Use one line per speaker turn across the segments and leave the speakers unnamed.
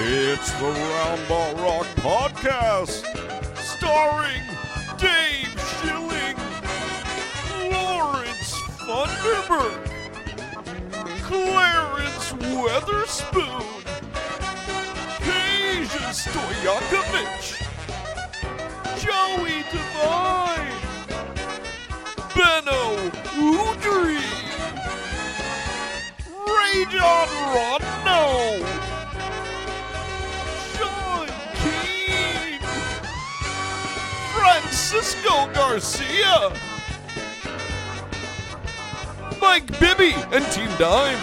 It's the Roundball Rock Podcast, starring Dave Schilling, Lawrence Funderburg, Clarence Weatherspoon, Kasia Stoyakovich, Joey Devine, Benno Udry, Rajon Rondo. Sean King, Francisco Garcia, Mike Bibby and Team Dime,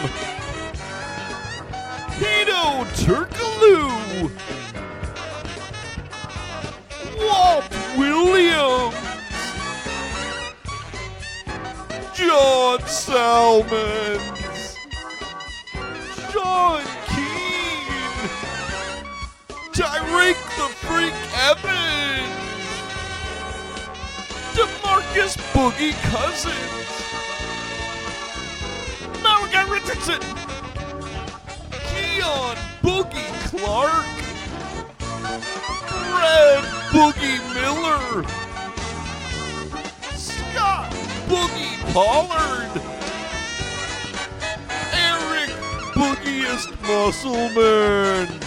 Hito Turkaloo, Walt Williams, John Salmons, Sean Keane, Tyreek the Freak Evans, Demarcus Boogie Cousins, Malachi Richardson, Keon Boogie Clark, Red Boogie Miller, Scott Boogie Pollard, Eric Boogieist Muscleman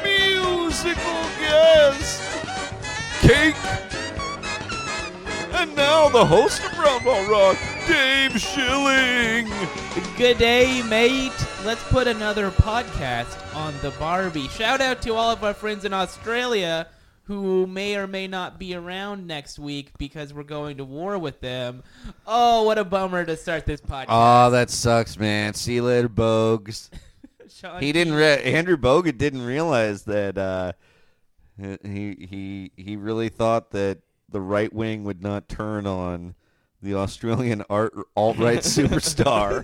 musical guest, Cake. And now the host of Round Ball Rock, Dave Schilling.
Good day, mate. Let's put another podcast on the Barbie. Shout out to all of our friends in Australia who may or may not be around next week because we're going to war with them. Oh, what a bummer to start this podcast.
Oh, that sucks, man. See you later, Bogues.
Sean,
He didn't. Re- Andrew Bogut didn't realize that uh, he he he really thought that the right wing would not turn on the Australian art alt right superstar,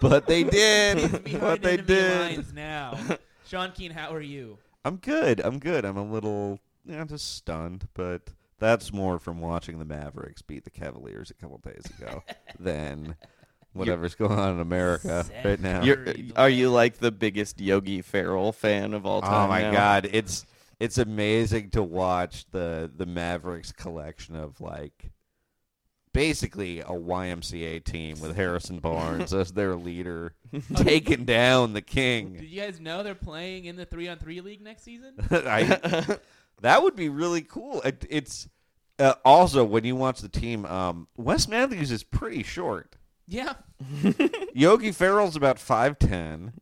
but they did.
Behind
But they
enemy
did.
lines now. Sean Keen, how are you?
I'm good. I'm good. I'm a little. yeah, I'm just stunned, but that's more from watching the Mavericks beat the Cavaliers a couple days ago than whatever's going on in America right now.
You're,
Agreed.
Uh, are you like the biggest Yogi Ferrell fan of all time?
Oh my
now?
god, it's it's amazing to watch the the Mavericks collection of like basically a YMCA team with Harrison Barnes as their leader taking down the
Did
king.
you guys know they're playing in the three on three league next season?
I, that would be really cool. It, it's uh, also when you watch the team um Wes Matthews is pretty short.
yeah.
Yogi Ferrell's about 5'10.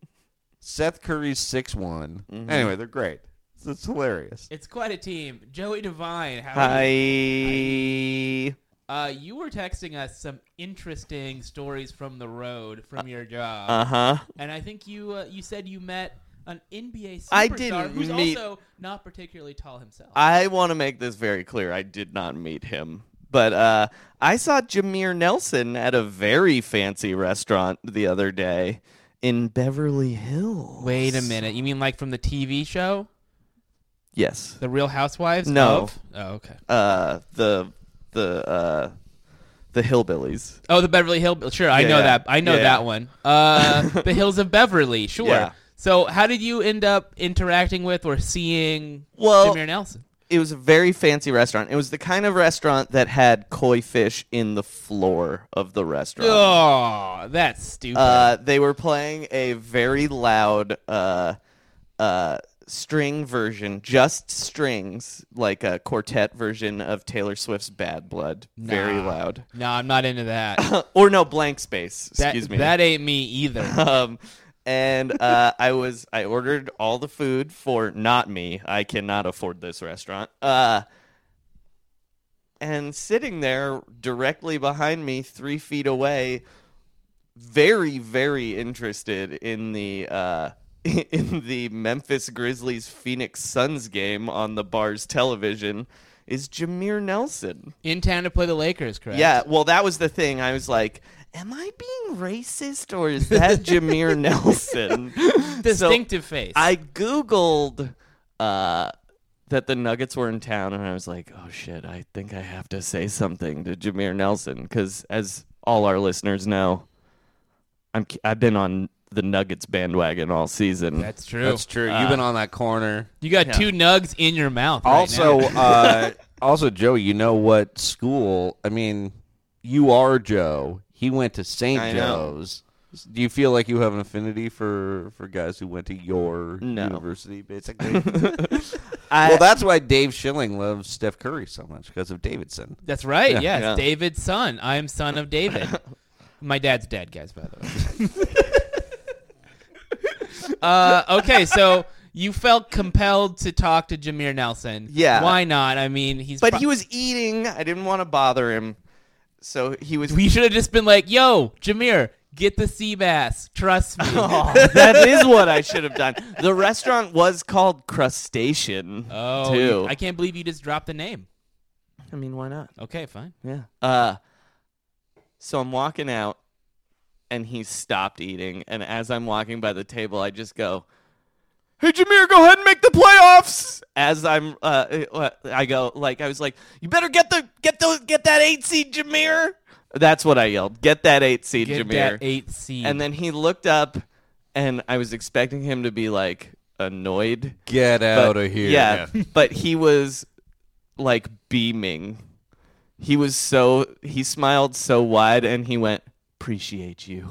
Seth Curry's 6'1. Anyway, they're great. It's, it's hilarious.
It's quite a team. Joey Devine, how are you?
Hi.
Uh, you were texting us some interesting stories from the road from your job,
Uh-huh.
Uh huh.
and I think you uh, you said you met an NBA superstar
I didn't
who's
meet-
also not particularly tall himself.
I want to make this very clear. I did not meet him, but uh, I saw Jameer Nelson at a very fancy restaurant the other day in Beverly Hills.
Wait a minute, you mean like from the TV show,
Yes.
The Real Housewives?
No.
of- Oh, okay.
Uh, the the uh, the hillbillies.
Oh, the Beverly Hill. Sure, I
Yeah,
know
yeah.
that. I know
Yeah,
that
yeah.
one. Uh, the Hills of Beverly. Sure.
Yeah.
So, how did you end up interacting with or seeing
Well,
Jameer Nelson?
it was a very fancy restaurant. It was the kind of restaurant that had koi fish in the floor of the restaurant.
Oh, that's stupid.
um, Uh, they were playing a very loud uh, uh, string version, just strings, like a quartet version of Taylor Swift's "Bad Blood." Very loud. Uh,
no, I'm not into that.
or no, blank space.
that
Excuse me.
That ain't me either.
um, and uh, I was I ordered all the food for not me. I cannot afford this restaurant. Uh, and sitting there directly behind me, three feet away, very very interested in the. Uh, in the Memphis Grizzlies Phoenix Suns game on the bar's television is Jameer Nelson.
In town to play the Lakers, correct?
Yeah, well, that was the thing. I was like, am I being racist or is that Jameer Nelson?
Distinctive face.
I Googled uh, that the Nuggets were in town and I was like, oh shit, I think I have to say something to Jameer Nelson because, as all our listeners know, I'm, I've been on the Nuggets bandwagon all season.
That's true.
Mm. That's true. You've been on that corner.
you got
yeah.
two nugs in your mouth. right
Also,
now.
uh, also, Joey, you know what school? I mean, you are Joe. He went to
I
St.
know.
Joe's. Do you feel like you have an affinity for for guys who went to your
No.
university, basically?
I-
well, that's why Dave Schilling loves Steph Curry so much because of Davidson.
that's right.
Yeah.
yes,
Yeah.
David's son. I am son of David. My dad's dead, guys. By the way. uh, okay, so you felt compelled to talk to Jameer Nelson.
Yeah.
Why not? I mean, he's.
but
pro-
he was eating. I didn't want to bother him. So he was.
We should have just been like, "Yo, Jameer, get the sea bass. Trust me."
Oh, that is what I should have done. The restaurant was called Crustacean.
Oh,
too.
you- I can't believe you just dropped the name.
I mean, why not?
Okay, fine.
Yeah. Uh, so I'm walking out, and he stopped eating. And as I'm walking by the table, I just go, "Hey, Jameer, go ahead and make the playoffs." As I'm, uh, uh, I go like I was like, "You better get the get the get that eight seed, Jameer." That's what I yelled. Get that eight seed,
Get
Jameer.
that eight seed.
And then he looked up, and I was expecting him to be like annoyed.
Get
but-
out of here!
Yeah, but he was like beaming. He was so he smiled so wide, and he went, "Appreciate you."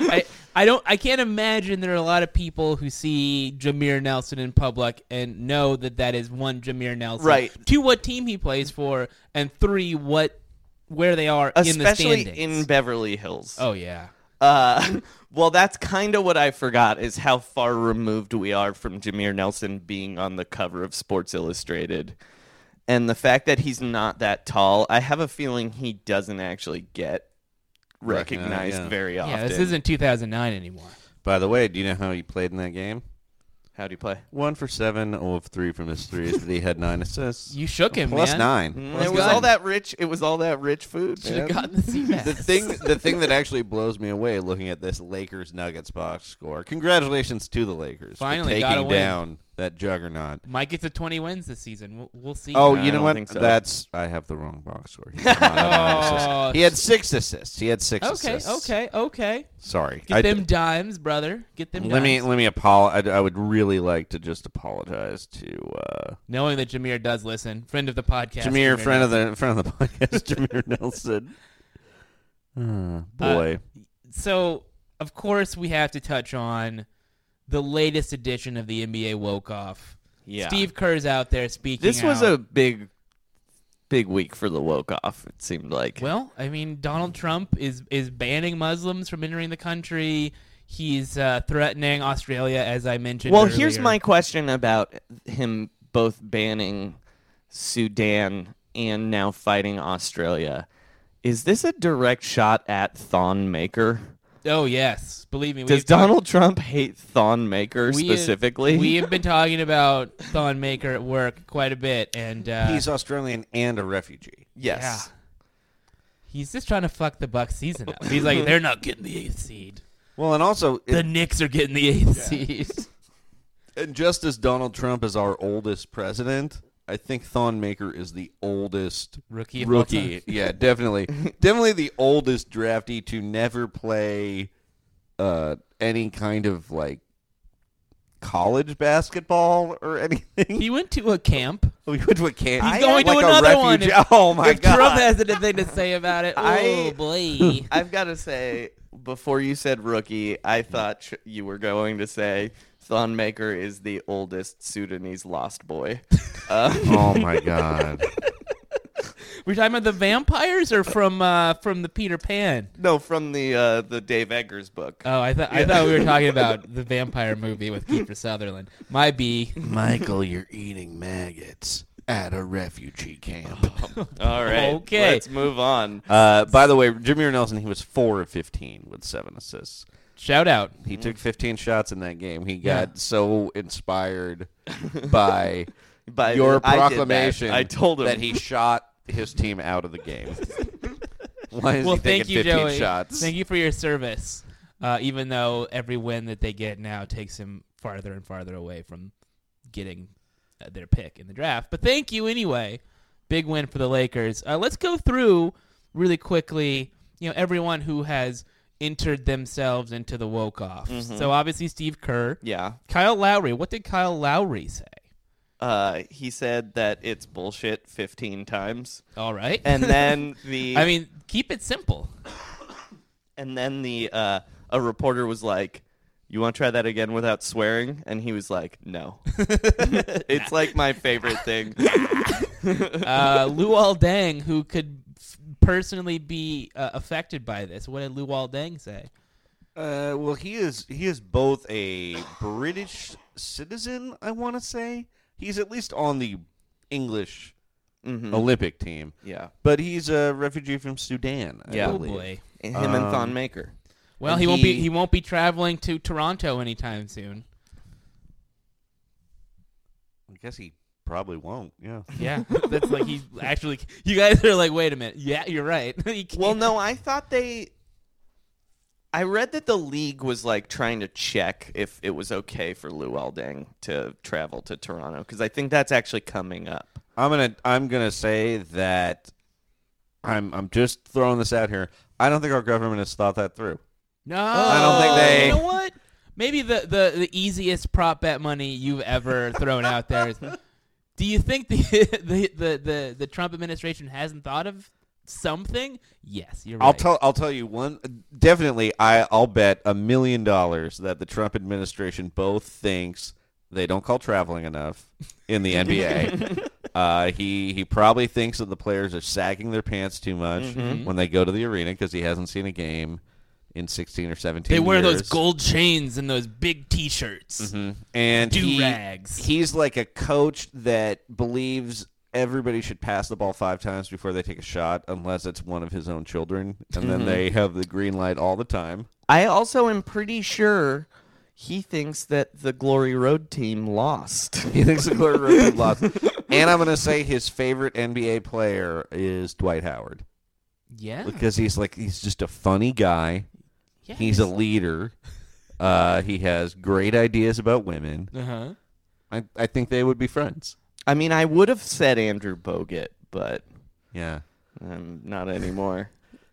I, I don't I can't imagine there are a lot of people who see Jameer Nelson in public and know that that is one Jameer Nelson.
Right.
Two, what team he plays for, and three, what where they are
Especially
in the
in
standings.
Beverly Hills.
oh yeah.
Uh, well, that's kind of what I forgot is how far removed we are from Jameer Nelson being on the cover of Sports Illustrated. And the fact that he's not that tall, I have a feeling he doesn't actually get
Recognize-
recognized
yeah.
very often.
Yeah, this isn't 2009 anymore.
By the way, do you know how he played in that game?
How do you play?
One for seven, oh of three from his threes, but he had nine assists.
You shook him,
Plus
man.
nine.
Mm,
Plus
It was
nine.
all that rich. It was all that rich food.
Should have
man.
gotten the CMAX.
the thing the thing that actually blows me away looking at this Lakers Nuggets box score. Congratulations to the Lakers
Finally
for
got a
taking
win.
down that juggernaut.
Might get to 20 wins this season. We'll, we'll see.
Oh,
I
you know
don't
what?
think so.
That's I have the wrong box score. He did not have nine assists. He had six assists. He had six
Oh. okay,
assists.
okay, okay.
Sorry.
Get
I-
them dimes, brother. Get them.
let me
dimes.
let me apologize. I, I would really like to just apologize to uh,
Knowing that Jameer does listen, friend of the podcast.
Jameer, friend of the friend of the podcast, Jameer Nelson. Uh, boy,
so of course we have to touch on the latest edition of the NBA woke off.
Yeah.
Steve Kerr's out there speaking.
This was
out.
a big, big week for the woke off. It seemed like.
well. I mean, Donald Trump is is banning Muslims from entering the country. He's uh, threatening Australia, as I mentioned.
Well, here's
earlier.
my question about him both banning Sudan and now fighting Australia. Is this a direct shot at Thon Maker?
Oh yes, believe me.
Does
we've talked-
Donald Trump hate Thon Maker
we have-
specifically?
we have been talking about Thon Maker at work quite a bit, and uh,
he's Australian and a refugee.
yes.
he's just trying to fuck the Buck season up. He's like, they're not getting the eighth seed.
Well, and also,
The
it-
Knicks are getting the eighth seed.
and just as Donald Trump is our oldest president, I think Thon Maker is the oldest
Rookie of all
Rookie,
time.
yeah, definitely, definitely the oldest draftee to never play uh, any kind of like college basketball or anything?
He went to a camp.
we went to a camp.
He's
I
going
had,
to
like,
another
a
one.
refuge. Oh my
if
god!
Trump has anything to say about it, oh
I-
boy.
I've got to say, before you said rookie, I thought sh- you were going to say Thonmaker is the oldest Sudanese lost boy. Uh,
oh my god!
We're talking about the vampires or from uh, from the Peter Pan?
no, from the uh, the Dave Eggers book.
Oh, I thought I thought we were talking about the vampire movie with Kiefer Sutherland. My B.
Michael, you're eating maggots at a refugee camp.
All right,
okay.
let's move on.
Uh, by the way, Jameer Nelson, he was four of fifteen with seven assists.
Shout out.
Mm-hmm.
He took fifteen shots in that game. He got so inspired by,
By the-
your
I did that.
proclamation
I told him.
that he shot his team out of the game. Why is
well,
he
thank
taking
you,
fifteen
Joey.
shots?
Thank you for your service. Uh, even though every win that they get now takes him farther and farther away from getting uh, their pick in the draft. But thank you anyway. Big win for the Lakers. Uh, let's go through really quickly. You know everyone who has entered themselves into the woke off. So obviously Steve Kerr,
yeah,
Kyle Lowry. What did Kyle Lowry say?
uh, he said that it's bullshit fifteen times,
All right.
and then the
I mean, keep it simple.
and then the uh, a reporter was like. You want to try that again without swearing? And he was like, "No." it's like my favorite thing.
uh, Luol Deng, who could f- personally be uh, affected by this. What did Luol Deng say?
Uh, well, he is he is both a British citizen. I want to say he's at least on the English Olympic team.
Mm-hmm. Yeah.
but he's a refugee from Sudan. I
Yeah.
Oh
believe.
boy.
Him and
Um,
Thonmaker.
Well,
and
he, won't be
he-
he won't be traveling to Toronto anytime soon.
I guess he probably won't. Yeah.
Yeah, that's like he's actually. You guys are like, wait a minute. Yeah, you're right. He can't-
Well, no, I thought they. I read that the league was like trying to check if it was okay for Lou Alding to travel to Toronto because I think that's actually coming up.
I'm gonna I'm gonna say that I'm I'm just throwing this out here. I don't think our government has thought that through.
no,
I don't think they-
You know what? Maybe the, the, the easiest prop bet money you've ever thrown out there is. Do you think the the, the, the the Trump administration hasn't thought of something? Yes, you're right.
I'll tell I'll tell you one definitely I I'll bet a million dollars that the Trump administration both thinks they don't call traveling enough in the NBA. Uh, he he probably thinks that the players are sagging their pants too much
Mm-hmm.
when they go to the arena because he hasn't seen a game in 16 or 17
They wear those
years. Mm-hmm.
gold chains and those big T-shirts.
and he-
Do-rags.
he's like a coach that believes everybody should pass the ball five times before they take a shot unless it's one of his own children and then
Mm-hmm.
they have the green light all the time
I also am pretty sure he thinks that the Glory Road team lost.
he thinks the Glory Road team lost and i'm going to say his favorite nba player is dwight howard
Yeah,
because he's like he's just a funny guy
Yes.
he's a leader uh, he has great ideas about women
uh-huh.
I, I think they would be friends
I mean, I would have said Andrew Bogut, but
yeah
um, not anymore.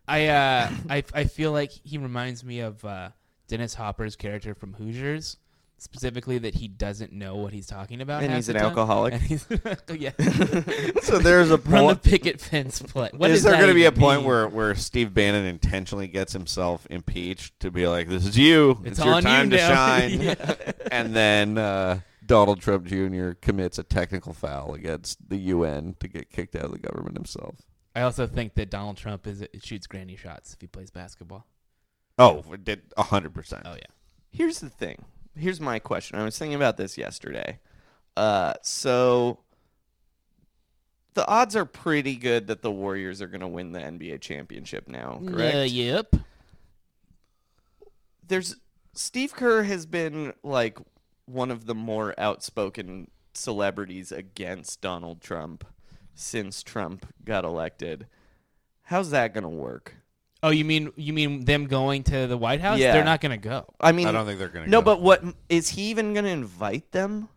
I uh, I I feel like he reminds me of uh, Dennis Hopper's character from Hoosiers, specifically that he doesn't know what he's talking about,
And
half
he's
the
an
time.
alcoholic.
And he's oh, yeah,
so there's a
run the picket fence play. What
Is
does
there
that
going to be a
even
point
mean?
where, where Steve Bannon intentionally gets himself impeached to be like, "This is you. It's, your
on you
time to
now."
shine,"
Yeah.
and then uh, Donald Trump Jr. commits a technical foul against the UN to get kicked out of the government himself?
I also think that Donald Trump is shoots granny shots if he plays basketball.
Oh, we did hundred percent.
Oh yeah,
Here's the thing. Here's my question. I was thinking about this yesterday. Uh, so the odds are pretty good that the Warriors are going to win the NBA championship now, correct?
Uh, yep.
There's Steve Kerr has been like one of the more outspoken celebrities against Donald Trump since Trump got elected. How's that going to work?
Oh, you mean you mean them going to the White House?
Yeah.
They're not going to go.
I mean,
I don't think they're going to.
no, but what is he even going to invite them?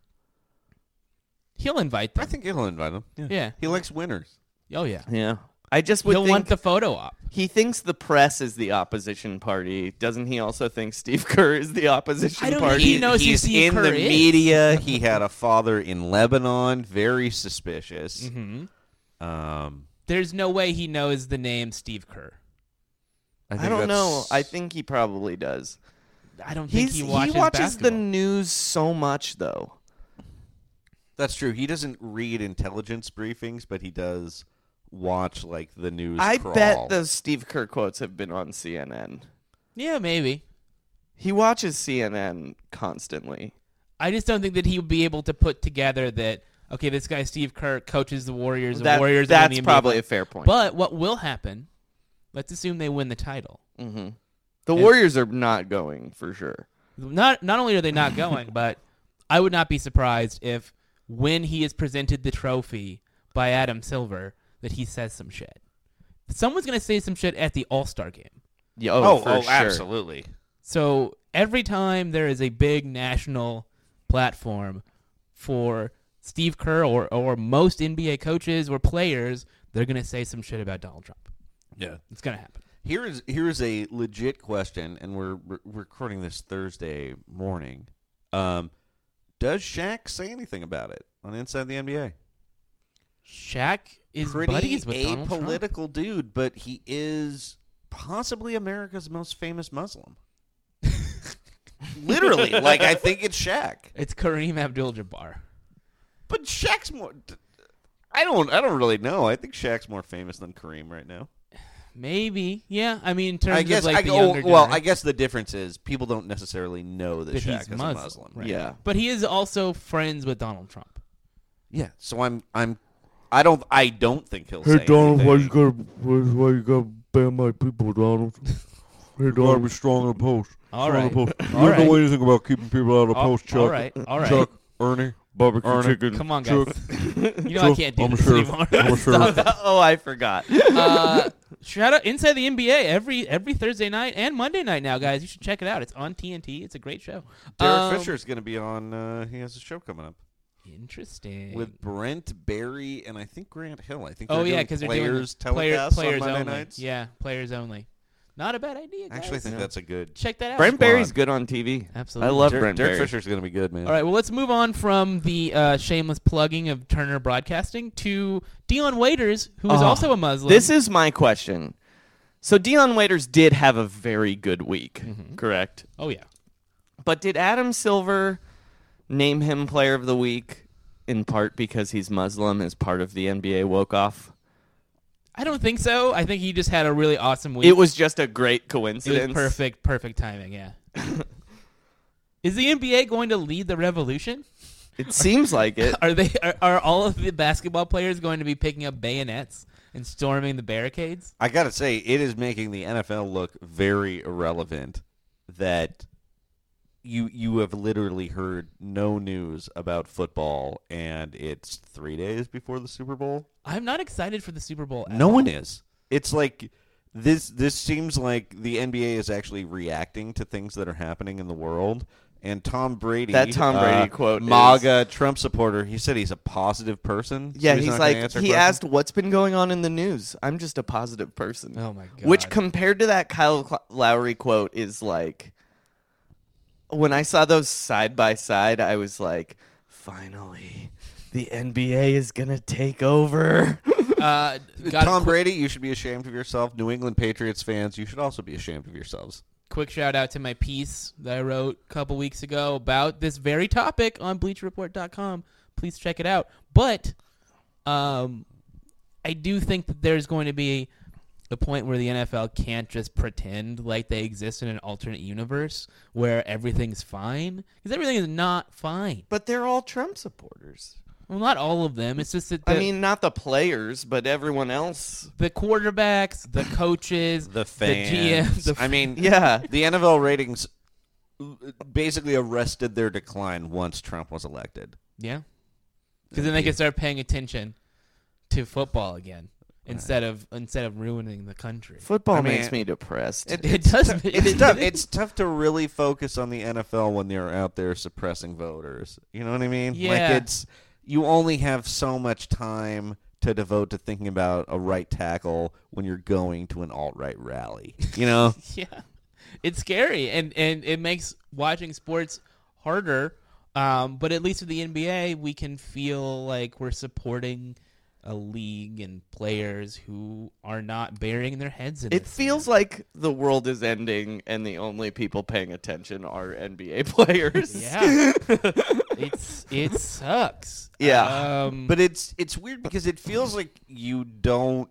He'll invite them.
I think he'll invite him.
Yeah.
he likes winners.
Oh yeah.
Yeah. I just would
He'll
think
want the photo op.
he thinks the press is the opposition party. Doesn't he also think Steve Kerr is the opposition
I don't think
party?
he knows who
He's
Steve
in
Kerr
the
is.
media. He had a father in Lebanon. Very
Mm-hmm.
suspicious.
Mm-hmm.
Um,
There's no way he knows the name Steve Kerr.
I, think
I don't
that's-
know. I think he probably does.
I don't think
He's,
he
he
watches,
watches,
basketball.
the news so much, though.
that's true. He doesn't read intelligence briefings, but he does watch like the news.
I
crawl.
bet those Steve Kerr quotes have been on CNN.
yeah, maybe.
He watches CNN constantly.
I just don't think that he would be able to put together that okay, this guy Steve Kerr coaches the Warriors.
That-
the Warriors. are gonna
that's
be in the
probably a
NBA.
fair point.
But what will happen? Let's assume they win the title.
Mhm. the
and-
Warriors are not going for sure.
Not not only are they not going, but I would not be surprised if when he is presented the trophy by Adam Silver that he says some shit. Someone's gonna say some shit at the All Star game.
Yeah,
Oh,
for
oh,
sure.
absolutely.
So every time there is a big national platform for Steve Kerr or, or most NBA coaches or players, they're going to say some shit about Donald Trump.
Yeah.
It's going to happen.
Here is here is a legit question, and we're we're recording this Thursday morning. Um, does Shaq say anything about it on Inside the NBA?
Shaq is
Pretty
buddies with Donald Trump.
apolitical dude, but he is possibly America's most famous Muslim. Literally, like I think it's Shaq,
It's Kareem Abdul-Jabbar.
but Shaq's more. I don't. I don't really know. I think Shaq's more famous than Kareem right now.
Maybe, yeah. I mean, in terms
I guess.
of like
I,
the
oh,
younger
well,
generation.
I guess the difference is people don't necessarily know that,
That
Shaq
he's
is
Muslim,
a Muslim.
right.
Yeah.
but he is also friends with Donald Trump.
Yeah, so I'm I'm I don't I don't think he'll say anything.
gotta why you gotta ban my people, Donald? Hey, Donald, be strong on the post.
All
Strong
right,
on the post.
all
you
right,
know anything about keeping people out of the
all,
post, Chuck.
all right, all right.
Chuck, Ernie, barbecue
Ernie.
chicken.
Come on, guys.
Chuck,
You know I
Chuck,
can't do
I'm a
this
sheriff.
anymore.
I'm a sheriff.
oh, I forgot.
uh, shout out inside the NBA every every Thursday night and Monday night now, guys. You should check it out. It's on TNT. It's a great show.
Derek
Um,
Fisher's going to be on. Uh, he has a show coming up
Interesting.
with Brent Barry and I think Grant Hill. I think.
oh
they're
yeah,
because
because they're
players
doing player-
telecasts
players
on Monday
only.
nights.
Yeah, players only. Not a bad idea.
I
Guys.
actually think that's a good.
check that out.
Brent Barry's
Squad.
good on TV.
Absolutely.
I love
Derek,
Brent
Derek
Barry.
Fisher's going to be good, man.
All right, well, let's move on from the uh, shameless plugging of Turner Broadcasting to Dion Waiters, who is
Oh,
also a Muslim.
This is my question. So Dion Waiters did have a very good week, correct?
oh yeah,
But did Adam Silver name him player of the week in part because he's Muslim as part of the NBA woke off?
I don't think so. I think he just had a really awesome week.
It was just a great
It was
coincidence.
perfect, perfect timing. Yeah. Is the NBA going to lead the revolution?
It seems like it.
Are they? Are, are all of the basketball players going to be picking up bayonets and storming the barricades?
I got to say, it is making the NFL look very irrelevant that you you have literally heard no news about football, and it's three days before the Super Bowl.
I'm not excited for the Super Bowl. at
No
all.
one is. It's like this. This seems like the NBA is actually reacting to things that are happening in the world. And Tom Brady,
That Tom Brady
uh,
quote is-
MAGA Trump supporter. He said he's a positive person. so
Yeah,
he's,
he's,
not gonna
like
answer
he
questions.
asked what's been going on in the news. I'm just a positive person.
Oh my god.
Which compared to that Kyle Cl- Lowry quote is like when I saw those side by side, I was like, finally, the NBA is gonna take over.
uh, got
Tom
a qu-
Brady, you should be ashamed of yourself. New England Patriots fans, you should also be ashamed of yourselves.
quick shout out to my piece that I wrote a couple weeks ago about this very topic on BleachReport.com. Please check it out. But um, I do think that there's going to be a point where the NFL can't just pretend like they exist in an alternate universe where everything's fine because everything is not fine.
but they're all Trump supporters.
Well, not all of them. It's just that the,
I mean, not the players, but everyone else.
the quarterbacks, the coaches,
The fans.
GMs, the
I mean,
Yeah.
the NFL ratings basically arrested their decline once Trump was elected.
Yeah. Because then they can start paying attention to football again instead of instead of ruining the country.
Football
I mean,
makes me depressed.
it-
It does. It,
it's tough. It's tough to really focus on the NFL when they're out there suppressing voters. You know what I mean?
Yeah.
Like it's you only have so much time to devote to thinking about a right tackle when you're going to an alt right rally. You know,
yeah it's scary and and it makes watching sports harder um, but at least with the nba we can feel like we're supporting a league and players who are not burying their heads in
It
this.
feels like the world is ending, and the only people paying attention are NBA players.
yeah it's it sucks
Yeah.
um,
but it's it's weird because it feels like you don't.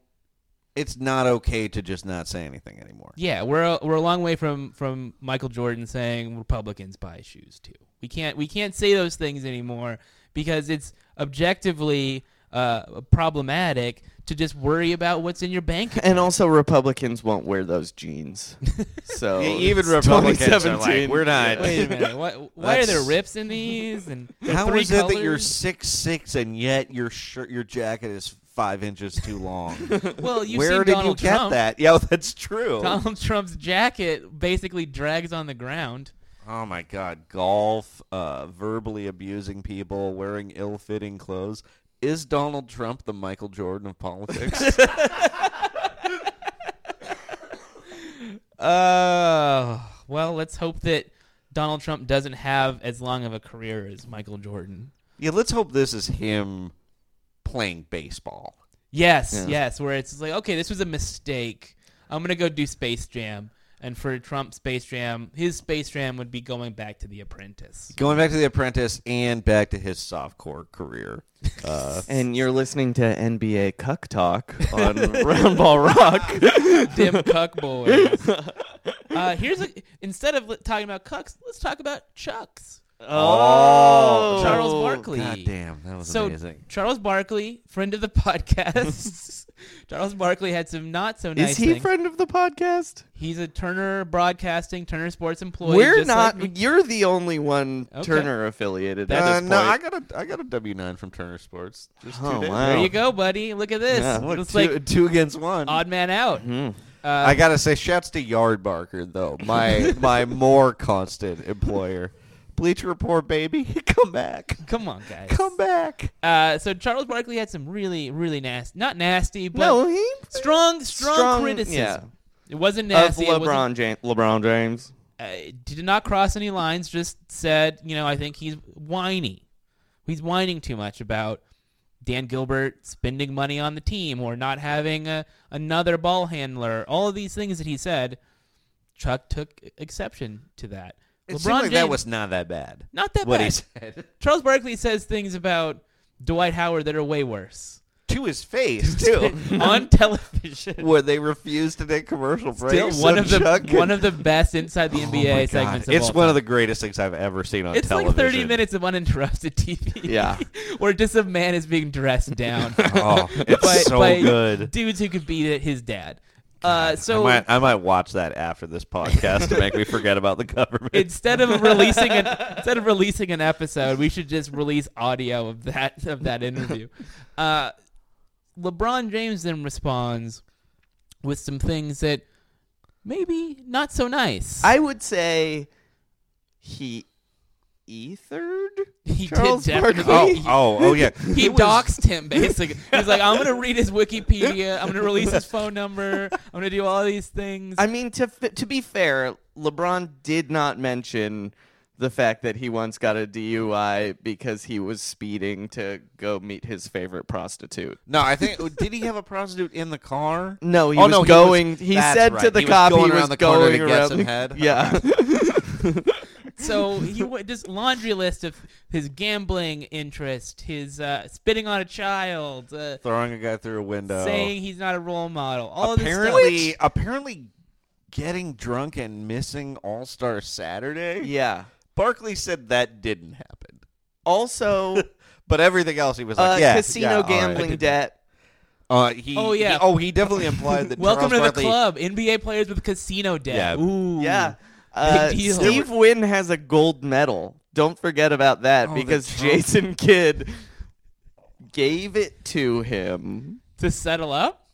It's not okay to just not say anything anymore.
yeah we're a, we're a long way from from michael jordan saying republicans buy shoes too we can't we can't say those things anymore because it's objectively uh, problematic to just worry about what's in your bank
And also, Republicans won't wear those jeans. So
E-,
Even
it's
Republicans are
2017.
like, we're not.
Wait a minute. What, why are there
That's-
rips in these? And they're
How
three
is it that you're
colors?
six six and yet your shirt, your jacket is five inches too long?
Well, you've
Where
seen
did
Donald
you get
Trump.
that? Yeah, well, that's true.
Donald Trump's jacket basically drags on the ground.
Oh my God! Golf, uh, verbally abusing people, wearing ill-fitting clothes. Is Donald Trump the Michael Jordan of politics?
Uh, well, let's hope that Donald Trump doesn't have as long of a career as Michael Jordan.
yeah, let's hope this is him playing baseball.
Yes, yes, where it's like, okay, this was a mistake. I'm going to go do Space Jam. And for Trump, Space Jam, his Space Jam would be going back to The Apprentice.
Going back to The Apprentice and back to his softcore career. Uh,
And you're listening to NBA Cuck Talk on Roundball Rock.
Dim cuck boys. Uh, here's a, instead of li- talking about cucks, let's talk about chucks.
oh,
Charles Barkley.
God damn, that was
So
amazing.
Charles Barkley, friend of the podcast. Charles Barkley had some not so nice
Is he
things.
friend of the podcast?
He's a Turner Broadcasting, Turner Sports employee.
We're
just like
not.
me.
you're the only one
Okay.
Turner affiliated at
Uh,
this
no,
point.
I got a I got a W nine from Turner Sports. Just two
Oh,
days.
wow.
there you go, buddy. Look at this.
Yeah, look,
it's
two,
like
two against one.
odd man out.
Mm-hmm.
I gotta say, shouts to Yard Barker though, my my more constant employer. Bleacher Report, baby, come back,
Come on, guys.
come back.
Uh, so Charles Barkley had some really, really nasty, not nasty, but
no, he
strong, strong,
Strong,
criticism.
yeah.
It wasn't
of
nasty. it wasn't
LeBron James. LeBron James.
uh, did not cross any lines. Just said, you know, I think he's whiny. He's whining too much about Dan Gilbert spending money on the team or not having a, another ball handler. All of these things that he said, Chuck took exception to that.
It seemed like that was not that bad.
not that
what
bad.
he said
Charles Barkley says things about Dwight Howard that are way worse
to his face too,
on television.
where they refused to take commercial
Still
breaks.
one of the
Chuck Oh
one of the best inside the NBA segments. Of
It's
all
one
time.
of the greatest things I've ever seen on
It's
television.
like 30 minutes of uninterrupted TV.
Yeah.
Where just a man is being dressed down
Oh, it's
by,
so
by
good.
dudes who could be his dad. Uh,
I
so
might, I might watch that after this podcast to make me forget about the government.
instead of releasing an instead of releasing an episode, we should just release audio of that of that interview. Uh, LeBron James then responds with some things that maybe not so nice.
I would say he ethered.
he
Charles
did
Barkley.
definitely.
oh, oh, oh yeah.
He
It was-
doxed him basically. He's like, I'm gonna read his Wikipedia. I'm gonna release his phone number. I'm gonna do all these things.
I mean, to f- to be fair, LeBron did not mention the fact that he once got a DUI because he was speeding to go meet his favorite prostitute.
No, I think oh, did he have a prostitute in the car?
No, he
Oh,
was
no, he
going.
was-
He,
that's
said to
right.
the
He was
cop
going
he
around
was
the corner
going
to get
around
some
the-
head.
Yeah,
So he went just laundry list of his gambling interest, his uh, spitting on a child, uh,
Throwing a guy through a window.
saying he's not a role model. All of this
apparently,
stuff.
apparently, getting drunk and missing All Star Saturday.
yeah.
Barkley said that didn't happen,
Also,
but everything else he was like,
uh,
yeah, yeah,
casino
all right.
gambling debt.
Uh, he,
Oh,
he-
yeah.
oh, he definitely implied that.
Welcome
Charles
to the
Barkley-
club, NBA players with casino debt.
Yeah.
Ooh,
Yeah. Uh,
deal.
Steve Wynn has a gold medal. Don't forget about
Oh,
that because Jason Kidd gave it to him.
to settle up.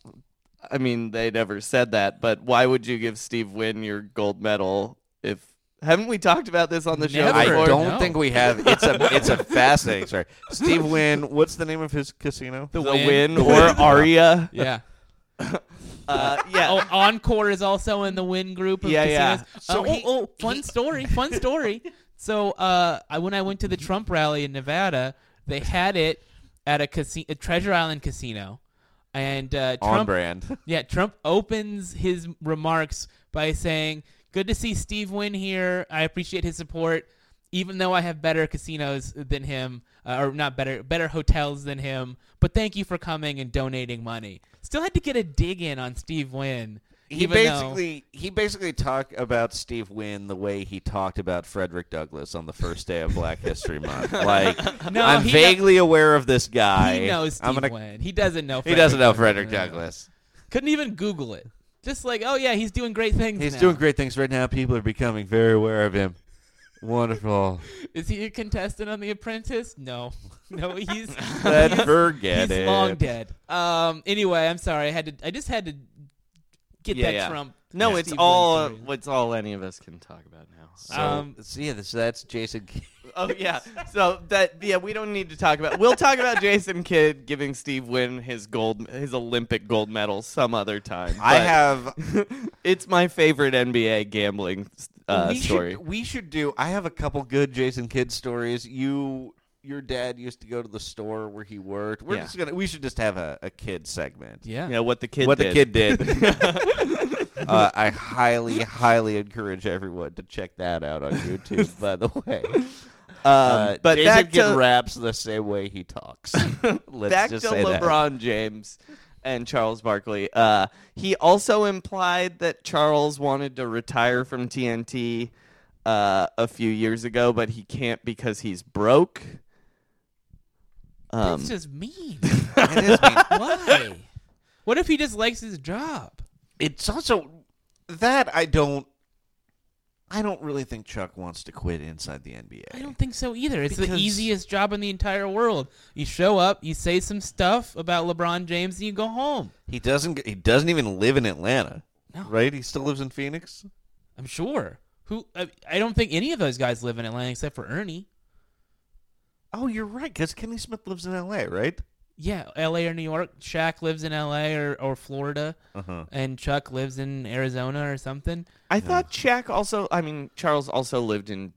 I mean, they never said that, but why would you give Steve Wynn your gold medal if Haven't we talked about this on the show
Never.
I
before?
don't
No.
think we have. It's a it's a fascinating story. Steve Wynn, what's the name of his casino?
The,
Win.
win, or Aria.
Yeah.
Uh, yeah.
Oh, Encore is also in the Win group. Of
Yeah, yeah.
casinos.
So
oh,
he-
oh, oh, fun story. Fun story. So uh, I, when I went to the Trump rally in Nevada, they had it at a, casino, a Treasure Island casino, and uh,
On
Trump
brand.
Yeah, Trump opens his remarks by saying, "Good to see Steve Wynn here. I appreciate his support, even though I have better casinos than him, uh, or not better, better hotels than him. But thank you for coming and donating money." Still had to get a dig in on Steve Wynn.
He
even though-
basically he basically talked about Steve Wynn the way he talked about Frederick Douglass on the first day of Black History Month. Like
No,
I'm
he kno-
vaguely aware of this guy.
he knows Steve
I'm gonna-
Wynn. He doesn't know.
He doesn't know Frederick
No.
Douglass.
Couldn't even Google it. Just like, oh yeah, he's doing great things.
He's
now.
doing great things right now. People are becoming very aware of him. Wonderful.
Is he a contestant on The Apprentice? No, no, he's
Let's
he's-
forget
he's
it.
long dead. Um. Anyway, I'm sorry. I had to. I just had to get
Yeah,
that
yeah.
Trump.
No,
Steve
it's
Wynn
all uh,
story.
it's all any of us can talk about now.
So,
um,
so yeah, this, that's Jason. K-
Oh yeah. So that yeah, we don't need to talk about. We'll talk about Jason Kidd giving Steve Wynn his gold his Olympic gold medal some other time.
I
but
have
It's my favorite NBA gambling uh,
we
story.
Should, we should do. I have a couple good Jason Kidd stories. You, your dad used to go to the store where he worked. We're
Yeah.
just gonna. We should just have a, a kid segment.
Yeah.
Yeah, what the kid
what
did.
the kid did. uh, I highly, highly encourage everyone to check that out on YouTube. by the way. Uh,
Um, but
but Jason
back
Kidd
to-
raps the same way he talks. Let's
back
just
to
say that.
LeBron James and Charles Barkley. Uh, he also implied that Charles wanted to retire from TNT uh, a few years ago, but he can't because he's broke. Um,
That's just mean.
It is mean.
Why? What if he just likes his job?
it's also that I don't. I don't really think Chuck wants to quit inside the NBA.
I don't think so either. It's the
Because-
easiest job in the entire world. You show up, you say some stuff about LeBron James, and you go home.
He doesn't. g- He doesn't even live in Atlanta,
No.
right? He still lives in Phoenix.
I'm sure. Who? I, I don't think any of those guys live in Atlanta except for Ernie.
Oh, you're right, because Kenny Smith lives in L.A., right?
Yeah, L.A. or New York. Shaq lives in L.A. or, or Florida,
Uh-huh.
and Chuck lives in Arizona or something.
I thought Shaq also. I mean, Charles also lived in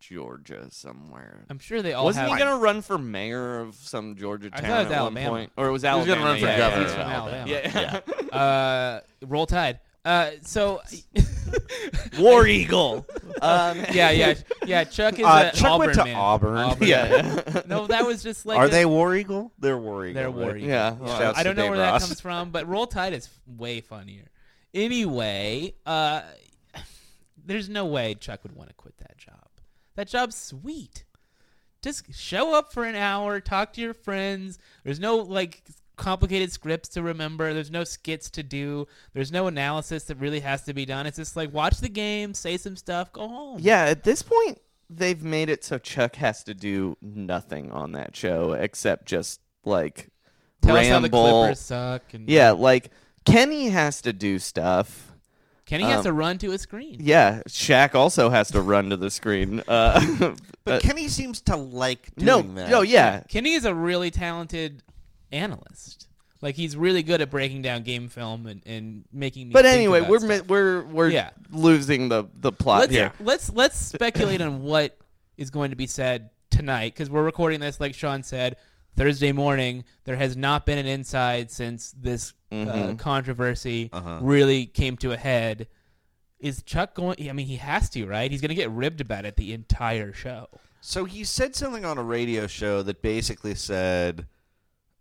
Georgia somewhere.
I'm sure they all
Wasn't
have.
he gonna run for mayor of some Georgia
I
town
thought it was
at
Alabama.
one point, or it was
was
Alabama?
gonna run for
yeah, yeah,
governor of
He's from
yeah.
Alabama.
Yeah.
Uh, roll Tide. Uh, so
War Eagle. Um,
yeah, yeah, yeah. Chuck is
Uh,
a
Chuck
Auburn
went to
man.
Auburn.
yeah,
No, that was just like
Are
a-
they War Eagle? They're War Eagle.
They're
right?
War Eagle.
yeah.
Shouts
I
to
don't know
Dave
where
Ross.
that comes from, but Roll Tide is f- way funnier. Anyway, uh, there's no way Chuck would want to quit that job. That job's sweet. Just show up for an hour, talk to your friends. There's no like complicated scripts to remember. There's no skits to do. There's no analysis that really has to be done. It's just like watch the game, say some stuff, go home.
Yeah, at this point, they've made it so Chuck has to do nothing on that show except just like
Tell us how the
ramble.
Clippers suck. And
yeah, like Kenny has to do stuff.
Kenny
Um,
has to run to a screen.
Yeah, Shaq also has to run to the screen. Uh,
But
uh,
Kenny seems to like doing
no,
that.
no, yeah,
Kenny is a really talented analyst. Like he's really good at breaking down game film and, and making. you
But
think
anyway,
about
we're mi-
stuff.
we're we're
Yeah.
losing the the plot
let's,
here.
Let's let's speculate on what is going to be said tonight because we're recording this, like Sean said, Thursday morning. There has not been an inside since this
Mm-hmm.
uh, controversy
Uh-huh.
really came to a head. Is Chuck going? I mean, he has to, right? He's going to get ribbed about it the entire show.
So he said something on a radio show that basically said,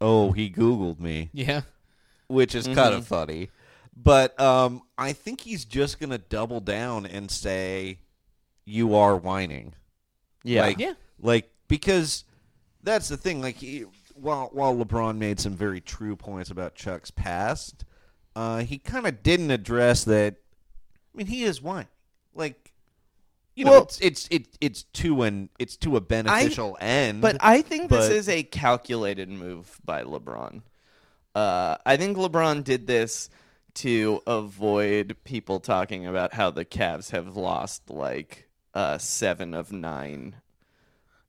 "Oh, he Googled me,"
Yeah.
which is kind of funny. But um, I think he's just gonna double down and say, "You are whining."
Yeah,
Like,
Yeah.
Like because that's the thing. Like he, while while LeBron made some very true points about Chuck's past, uh, he kind of didn't address that. I mean, he is whining. Like you know,
Well-
it's it's it, it's to an it's to a beneficial end.
But I think this
But-
is a calculated move by LeBron. Uh, I think LeBron did this to avoid people talking about how the Cavs have lost like uh, seven of nine.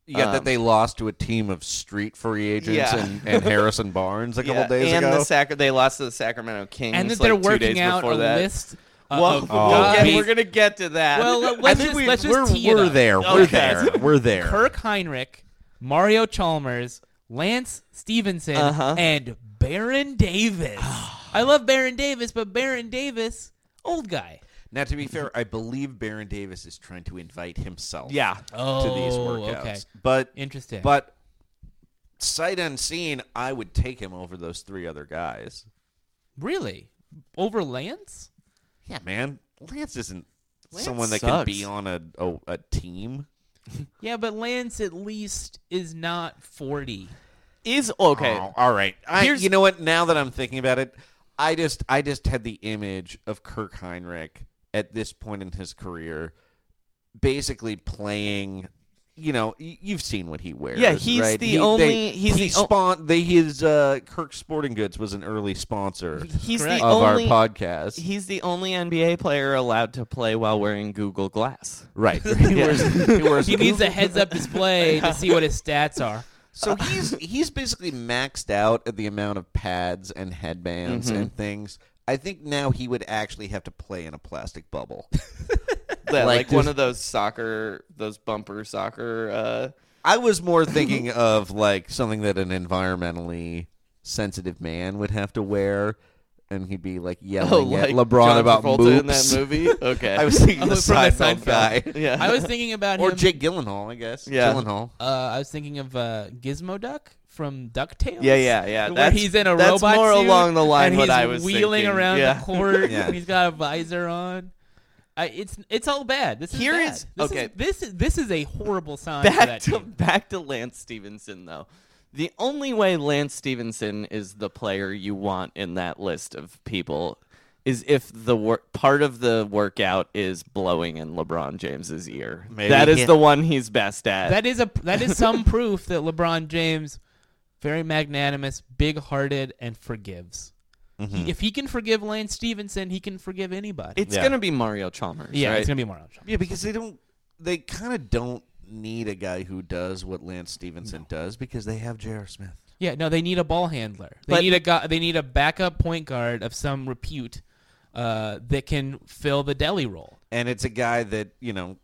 Yeah,
Um,
that they lost to a team of street free agents
Yeah.
and, and Harrison Barnes a couple
Yeah,
days
and
ago.
the Sac- they lost to the Sacramento Kings.
and that
like
they're
two days
working out
before
a
that.
list. uh,
Well,
of
we'll get-
guys-
we're gonna get to that.
Well, let- let's just, let's just
we're
tee it
we're
up.
there. We're
Okay.
there. We're there.
Kirk Heinrich, Mario Chalmers, Lance Stevenson,
Uh-huh.
and Baron Davis. I love Baron Davis, but Baron Davis, old guy.
Now, to be fair, I believe Baron Davis is trying to invite himself.
yeah,
to these
Oh,
workouts,
okay.
but
Interesting.
but sight unseen, I would take him over those three other guys.
really, over Lance?
Yeah, man, Lance isn't
Lance
someone that can
sucks.
be on a a, a team.
Yeah, but Lance at least is not forty.
is okay.
Oh, all right. I,
Here's-
you know what? Now that I'm thinking about it, I just I just had the image of Kirk Heinrich at this point in his career, basically playing. You know, y- you've seen what he wears.
Yeah, he's
right?
the
He- they-
only- he's
he
the o-
spon- they, his uh, Kirk Sporting Goods was an early sponsor
He's
Correct.
the
of
only
our podcast.
he's the only NBA player allowed to play while wearing Google Glass.
right. He wears, he wears
He needs a heads-up display to see what his stats are.
So he's he's basically maxed out at the amount of pads and headbands and things. I think now he would actually have to play in a plastic bubble.
That, like
Like
one
just-
of those soccer, those bumper soccer. Uh,
I was more thinking of like something that an environmentally sensitive man would have to wear, and he'd be like yelling
oh,
at
like
LeBron
John
about
Travolta
moops.
in that movie. Okay,
I was thinking
Oh,
the
from the
Seinfeld,
Seinfeld.
guy
yeah.
I was thinking about
or
him.
Jake Gyllenhaal, I guess.
Yeah.
Gyllenhaal.
uh, I was thinking of uh, Gizmo Duck from DuckTales.
Yeah, yeah, yeah.
Where
That's-
he's in a
that's
robot
more
suit
along the line
and
what
he's
I was
wheeling
thinking.
around
Yeah.
the court.
Yeah.
and he's got a visor on. I, it's it's all bad. This is
Here
bad.
is-
this
okay.
This is this is a horrible sign. for
back
that
to
team.
back to Lance Stevenson though. The only way Lance Stevenson is the player you want in that list of people is if the wor- part of the workout is blowing in LeBron James's ear.
Maybe
that is
he-
the one he's best at.
that is a that is some proof that LeBron James, very magnanimous, big hearted, and forgives. He- if he can forgive Lance Stevenson, he can forgive anybody.
Mm-hmm. it's
Yeah.
gonna be Mario Chalmers.
yeah,
right?
it's gonna be Mario Chalmers.
Yeah, because they don't. They kind of don't need a guy who does what Lance Stevenson does because they have J.R. Smith.
Yeah, no, they need a ball handler. They
But-
need a guy. They need a backup point guard of some repute uh, that can fill the deli role.
and it's a guy that you know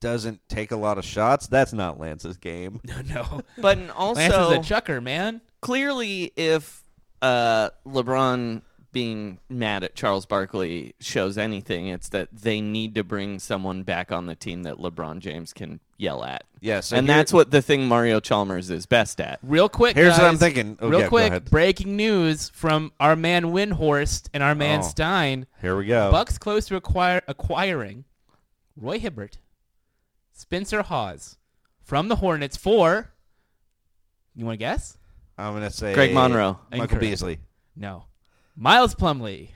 doesn't take a lot of shots. That's not Lance's game.
no,
but and also
Lance is a chucker, man.
clearly if uh, LeBron being mad at Charles Barkley shows anything, it's that they need to bring someone back on the team that LeBron James can yell at.
Yeah, so
and
here-
that's what the thing Mario Chalmers is best at.
Real quick,
Here's what I'm
guys.
thinking. Oh,
Real
yeah, go
quick,
ahead.
breaking news from our man Windhorst and our man
Oh.
Stein.
Here we go.
Bucks close to acquire acquiring Roy Hibbert, Spencer Hawes from the Hornets for. You want to guess?
I'm gonna say
Greg Monroe.
Michael
Incorrect.
Beasley.
No, Miles Plumlee.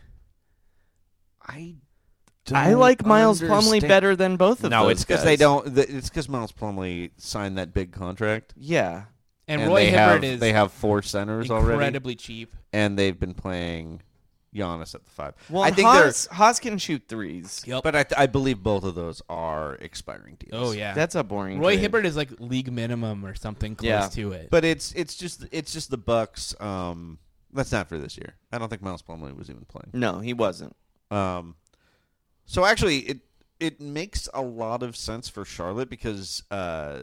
I
I like Miles Plumley
Plumley
better than both of them.
No, it's because they don't. th- It's because Miles Plumley signed that big contract,
Yeah.
And, Roy
they
Hibbert
have,
is
they have four centers already,
incredibly cheap.
and they've been playing Giannis at the five.
Well,
I think
Haas, Haas can shoot threes.
they're, but I, I believe both of those are expiring deals.
Oh yeah,
That's a boring.
Roy
trade.
Hibbert is like league minimum or something close
Yeah.
to it.
But it's it's just it's just the Bucks. Um, that's not for this year. I don't think Miles Plumlee was even playing.
No, he wasn't.
Um, so actually, it it makes a lot of sense for Charlotte because uh,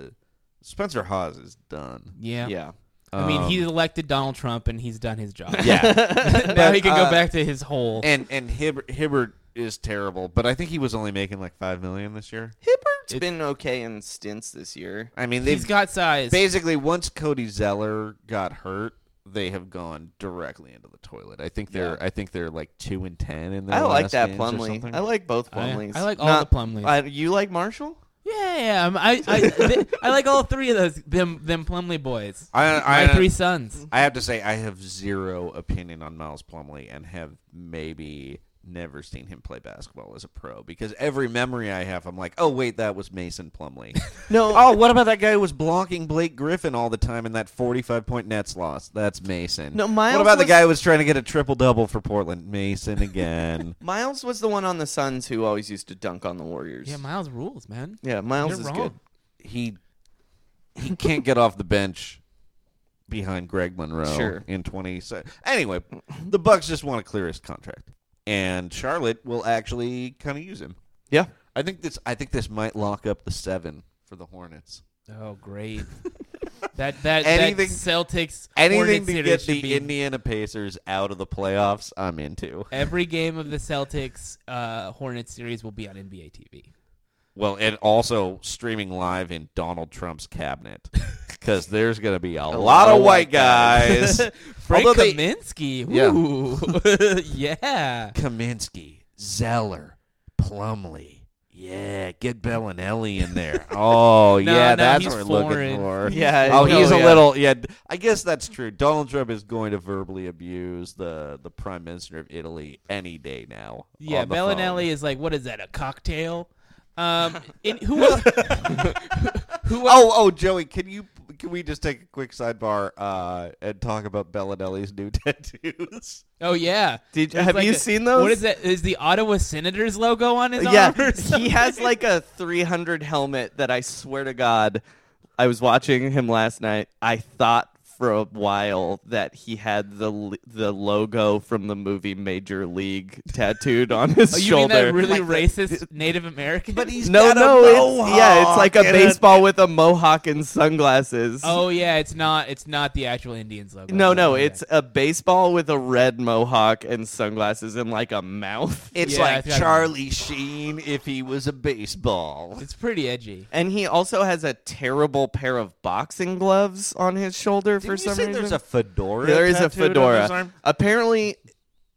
Spencer Hawes is done.
yeah.
Yeah.
I mean,
Um,
he elected Donald Trump and he's done his job.
yeah,
now he can go
uh,
back to his hole.
and and Hibbert, Hibbert is terrible, but I think he was only making like five million this year.
Hibbert's been okay in stints this year.
I mean,
He's
they've
got size.
basically once Cody Zeller got hurt. They have gone directly into the toilet. I think they're. I think they're like two and ten in their
I like
last
that
games or
Plumley.
something.
I like both
I-
Plumleys.
I like all the Plumleys.
Uh, you like Marshall?
yeah, yeah. I'm- I, I, th- I like all three of those them them Plumley boys.
I, I,
My three
uh,
sons.
I have to say I have zero opinion on Miles Plumley and have maybe never seen him play basketball as a pro because every memory I have, I'm like, oh wait, that was Mason Plumley. no. Oh, what about that guy who was blocking Blake Griffin all the time in that 45 point Nets loss? That's Mason.
No, Miles
What about the
was-
guy who was trying to get a triple double for Portland? Mason again.
Miles was the one on the Suns who always used to dunk on the Warriors.
Yeah, Miles rules, man.
Yeah, Miles
You're
is
wrong.
good.
he he can't get off the bench behind Greg Monroe
Sure.
in 20 se- Anyway, the Bucks just want to clear his contract. And Charlotte will actually kind of use him.
Yeah.
I think this I think this might lock up the 7 for the Hornets.
Oh, great. that that
Anything-
that Celtics
Anything
Hornets
to
series
get
should
the
be-
Indiana Pacers out of the playoffs, I'm into.
Every game of the Celtics uh, Hornets series will be on NBA TV.
Well, and also streaming live in Donald Trump's cabinet cuz there's going to be a, lot, of white guys.
Frank
Although they-
Kaminsky.
Yeah.
Ooh. yeah.
Kaminsky, Zeller, Plumley. Yeah, get Bellinelli in there. Oh
No,
yeah,
no,
that's
he's
what we're looking
foreign.
for.
Yeah,
Oh,
no,
he's a
yeah.
little. Yeah, d- I guess that's true. Donald Trump is going to verbally abuse the the prime minister of Italy any day now.
Yeah,
on the phone.
Bellinelli is like, what is that? A cocktail? Um, and who else? who else?
Oh, oh, Joey, can you can we just take a quick sidebar uh, and talk about Bellinelli's new tattoos?
Oh, yeah.
Did-
There's
have you
a-
seen those?
What is that? Is the Ottawa Senators logo on his
Yeah,
arm? or
he
something?
has like a 300 helmet that I swear to God, I was watching him last night. I thought for a while that he had the l- the logo from the movie Major League tattooed on his
Oh, you
shoulder.
mean that really racist Native American? But he's
no,
got a
no, it's, yeah, it's
mohawk
like a
and a-
baseball with a mohawk and sunglasses.
Oh yeah, it's not. It's not the actual Indians logo.
No, no,
Yeah.
it's a baseball with a red mohawk and sunglasses and like a mouth.
It's
Yeah, I
like
think I-
Charlie Sheen if he was a baseball.
It's pretty edgy.
And he also has a terrible pair of boxing gloves on his shoulder for
Didn't you
some
say
reason.
there's a fedora.
There is a
tattooed on his
fedora.
arm?
Apparently,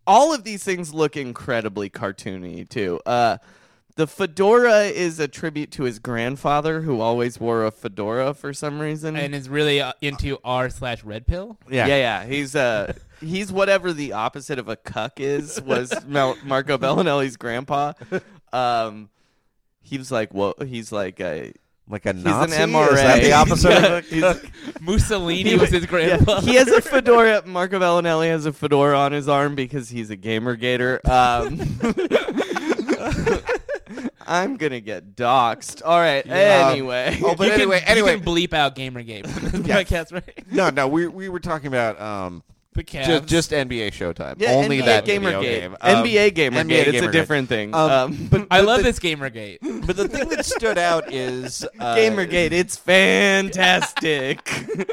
all of these things look incredibly cartoony too. Uh, the fedora is a tribute to his grandfather, who always wore a fedora for some reason.
And is really uh, into R slash Red Pill.
yeah, yeah, he's uh, he's whatever the opposite of a cuck is. Was Mal- Marco Bellinelli's grandpa? Um, he was like, well, he's like a.
Like a
He's
Nazi?
an MRA.
Is that the opposite of a
He's-
Mussolini was his grandpa.
he has a fedora. Marco Bellinelli has a fedora on his arm because he's a gamer gator. Um, I'm gonna get doxxed. All right.
Yeah.
Anyway.
Oh, but
You can-
anyway, anyway.
you can bleep out Gamergate from this
Yeah.
podcast, right?
No, no, we we were talking about um
The
ju-
Cavs.
just, NBA Showtime.
Yeah,
Only
NBA
that video
gamer gate.
game. Um,
NBA gamer
NBA
gate. It's
gamer
a different thing.
Um,
Um,
but
I
but
love
the,
this Gamergate.
But the thing that stood out is uh,
Gamergate, it's fantastic.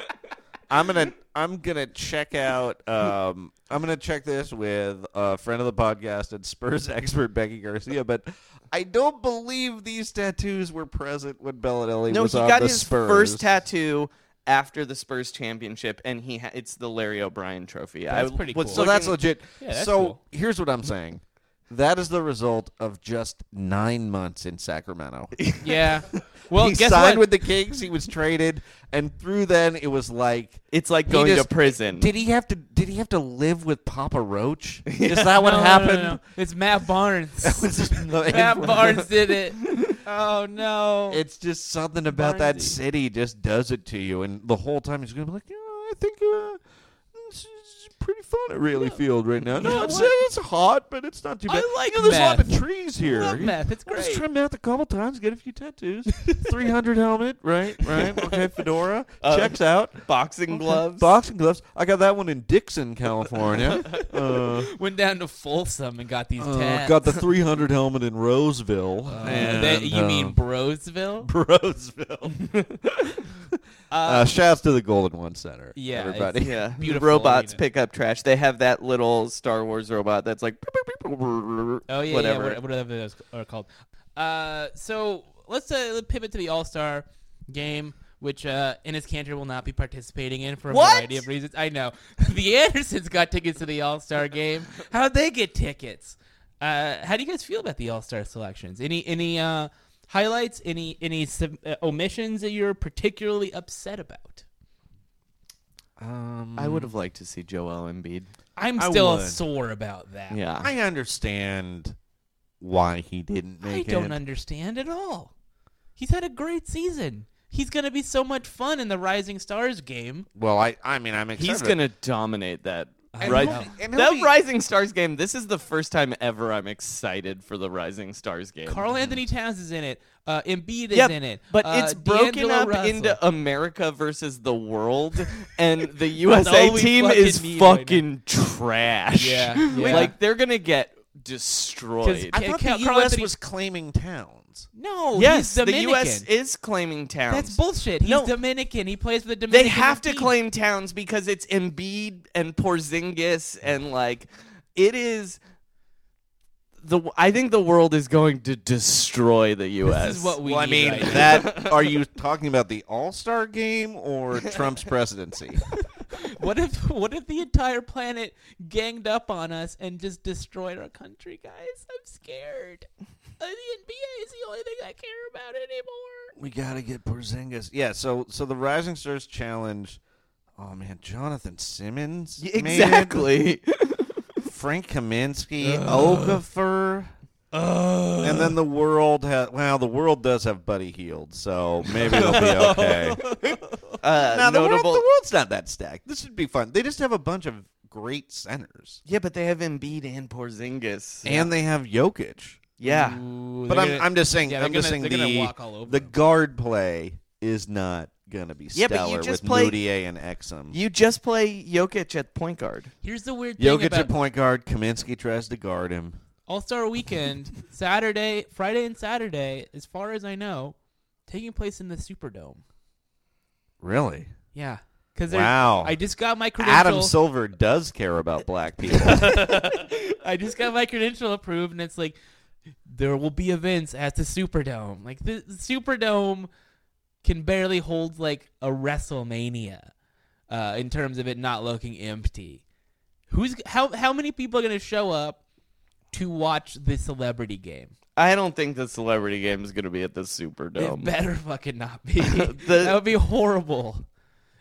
I'm gonna I'm gonna check out. Um, I'm gonna check this with a friend of the podcast and Spurs expert Becky Garcia. But I don't believe these tattoos were present when Bellinelli
no, he
was on
got
the
his
Spurs.
first tattoo after the Spurs championship, and he ha- it's the Larry O'Brien trophy.
That's
I
pretty
was
cool.
So that's
looking-
legit.
Yeah, that's
so
cool.
here's what I'm saying. That is the result of just nine months in Sacramento.
Yeah. Well,
he
guess
signed
what?
with the Kings. He was traded, and through then it was like
It's like
he
going
just-
to prison.
Did he have to? Did he have to live with Papa Roach? Is that what
No, no, no,
happened?
no. It's Matt Barnes.
It's just like-
Matt Barnes did it. Oh no.
It's just something about that city just does it to you, and the whole time he's gonna be like, yeah, I think uh, this is pretty fun at Rayleigh Field right now. No,
know
it's,
what?
it's hot, but it's not too
I
bad.
like
you know, there's a lot
meth.
of trees here.
love meth. It's
We'll
great.
Just trim meth a couple times, get a few tattoos. Three hundred helmet, right? Right. Okay, fedora
Uh,
checks out.
boxing gloves.
Boxing gloves. I got that one in Dixon, California. Uh,
Went down to Folsom and got these
uh,
tabs.
got the 300 helmet in Roseville.
Uh,
and,
that- you
uh,
mean Brosville?
Roseville? uh, shouts to the Golden One Center.
Yeah, it's-
everybody.
Yeah, the
Beautiful
robots
arena.
pick up trash. They have that little Star Wars robot that's like, oh
Oh yeah,
whatever.
yeah, what- whatever those are called. Uh, so let's uh, pivot to the All Star game, which uh, Ennis Cantor will not be participating in for a
What?
variety of reasons. I know the Andersons got tickets to the All Star game. How'd they get tickets? Uh, how do you guys feel about the All Star selections? Any any uh, highlights? Any any sub- uh, omissions that you're particularly upset about?
Um,
I would have liked to see Joel Embiid.
I'm
I
still
would.
sore about that.
Yeah.
I understand why he didn't
I
make
don't
it.
understand at all. He's had a great season. He's gonna be so much fun in the Rising Stars game.
well, I I mean I'm excited.
He's going to dominate that.
I
right,
know.
And he'll
that
be-
Rising Stars game. This is the first time ever I'm excited for the Rising Stars game.
Carl Anthony Towns is in it. Uh, Embiid is
Yep,
in it.
But
Uh,
it's broken
D'Angelo
up
Russell.
into America versus the world, and the USA
all we
team
fucking
is
need right now.
fucking trash.
Yeah, yeah.
like they're gonna get destroyed.
I
Yeah,
thought
Cal-
the
Carl
U.S.
Anthony-
was claiming towns.
no.
yes,
he's
the
Dominican.
U.S. is claiming towns.
That's bullshit. He's
No.
Dominican. He plays for the Dominican.
They have to
team.
claim towns because it's Embiid and Porzingis, and like it is. The I think the world is going to destroy the U.S.
This is what we.
well, I
need
mean,
right now.
that are you talking about the All Star game or Trump's presidency?
What if what if the entire planet ganged up on us and just destroyed our country, guys? I'm scared. Uh, The NBA is the only thing I care about anymore.
we gotta get Porzingis. Yeah. So so the Rising Stars challenge. Oh man, Jonathan Simmons.
Y-
made it.
exactly.
Frank Kaminsky,
Uh,
Okafor. and then the world has well, the world does have Buddy Healed, so maybe it'll be okay.
Uh,
now the, world,
notable.
the world's not that stacked. This would be fun. They just have a bunch of great centers,
yeah, but they have Embiid and Porzingis.
and they have Jokic.
yeah,
But I'm, I'm just saying,
yeah,
I'm
they're
just
gonna-
saying
they're gonna
the
walk all over
the
them.
guard play is not gonna be
Yeah, but you
stellar
just
with
play-
Moutier and Exum.
you just play Jokic at point guard.
Here's the weird thing
Jokic
about
at point guard. Kaminsky tries to guard him.
All Star Weekend, Saturday, Friday, and Saturday. As far as I know, taking place in the Superdome.
Really?
Yeah, because
Wow.
I just got my credential.
Adam Silver does care about black people.
I just got my credential approved, and it's like there will be events at the Superdome. Like the the Superdome can barely hold like a WrestleMania uh, in terms of it not looking empty. Who's how how many people are going to show up to watch the celebrity game?
I don't think the celebrity game is going to be at the Superdome.
It better fucking not be. that would be horrible.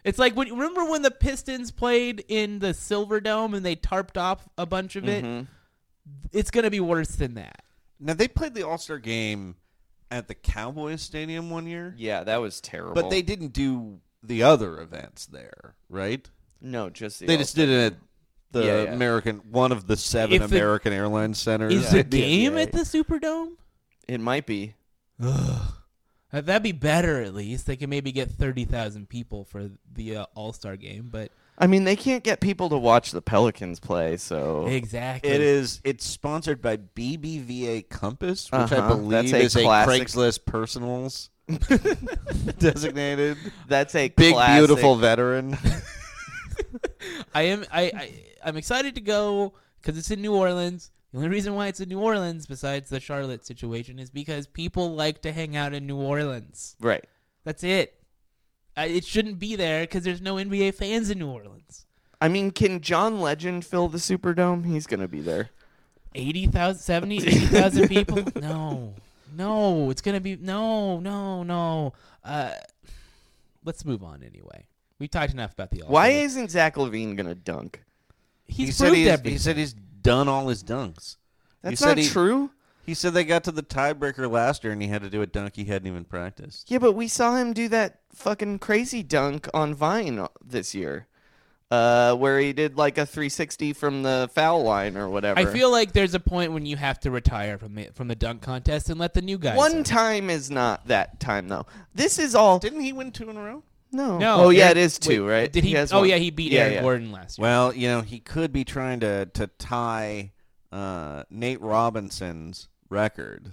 It's like when remember when the Pistons played in the Silver Dome and they tarped off a bunch of
Mm-hmm.
it. It's gonna be worse than that.
now they played the All Star game at the Cowboys Stadium one year,
Yeah, that was terrible.
but they didn't do the other events there, right?
no, just the
They just did it at the
Yeah, yeah.
American one of the seven
If the-
American Airlines centers.
Is the game at the Superdome?
It might be.
Uh, That'd be better, at least. They can maybe get 30,000 people for the uh, All Star game, but
I mean, they can't get people to watch the Pelicans play, so
exactly.
It is. It's sponsored by BBVA Compass, which I
Uh-huh. That's
believe
a
is
classic-
a Craigslist personals designated
that's a
big
classic-
beautiful veteran.
I am. I, I I'm excited to go because it's in New Orleans. The only reason why it's in New Orleans, besides the Charlotte situation, is because people like to hang out in New Orleans.
Right.
That's it. I, it shouldn't be there because there's no NBA fans in New Orleans.
I mean, can John Legend fill the Superdome? He's going to be there.
80,000, 70, 80,000 people? No. No, it's going to be no, no, no. Uh, let's move on anyway. We've talked enough about the all.
Why isn't Zach Levine going to dunk?
he's
he said
proved
he's,
everything.
he said he's done all his dunks. He
That's
said
not
he-
true.
He said they got to the tiebreaker last year and he had to do a dunk he hadn't even practiced.
Yeah, but we saw him do that fucking crazy dunk on Vine this year, uh, where he did like a 360 from the foul line or whatever.
I feel like there's a point when you have to retire from the from the dunk contest and let the new guys.
one
in.
time is not that time though. This is all
Didn't he win two in a row?
no.
No.
oh yeah,
Eric-
it is two,
wait,
right?
Did he?
has
oh
one.
yeah, he beat
Yeah,
Aaron
yeah.
Gordon last year.
Well, you know, he could be trying to to tie uh, Nate Robinson's record.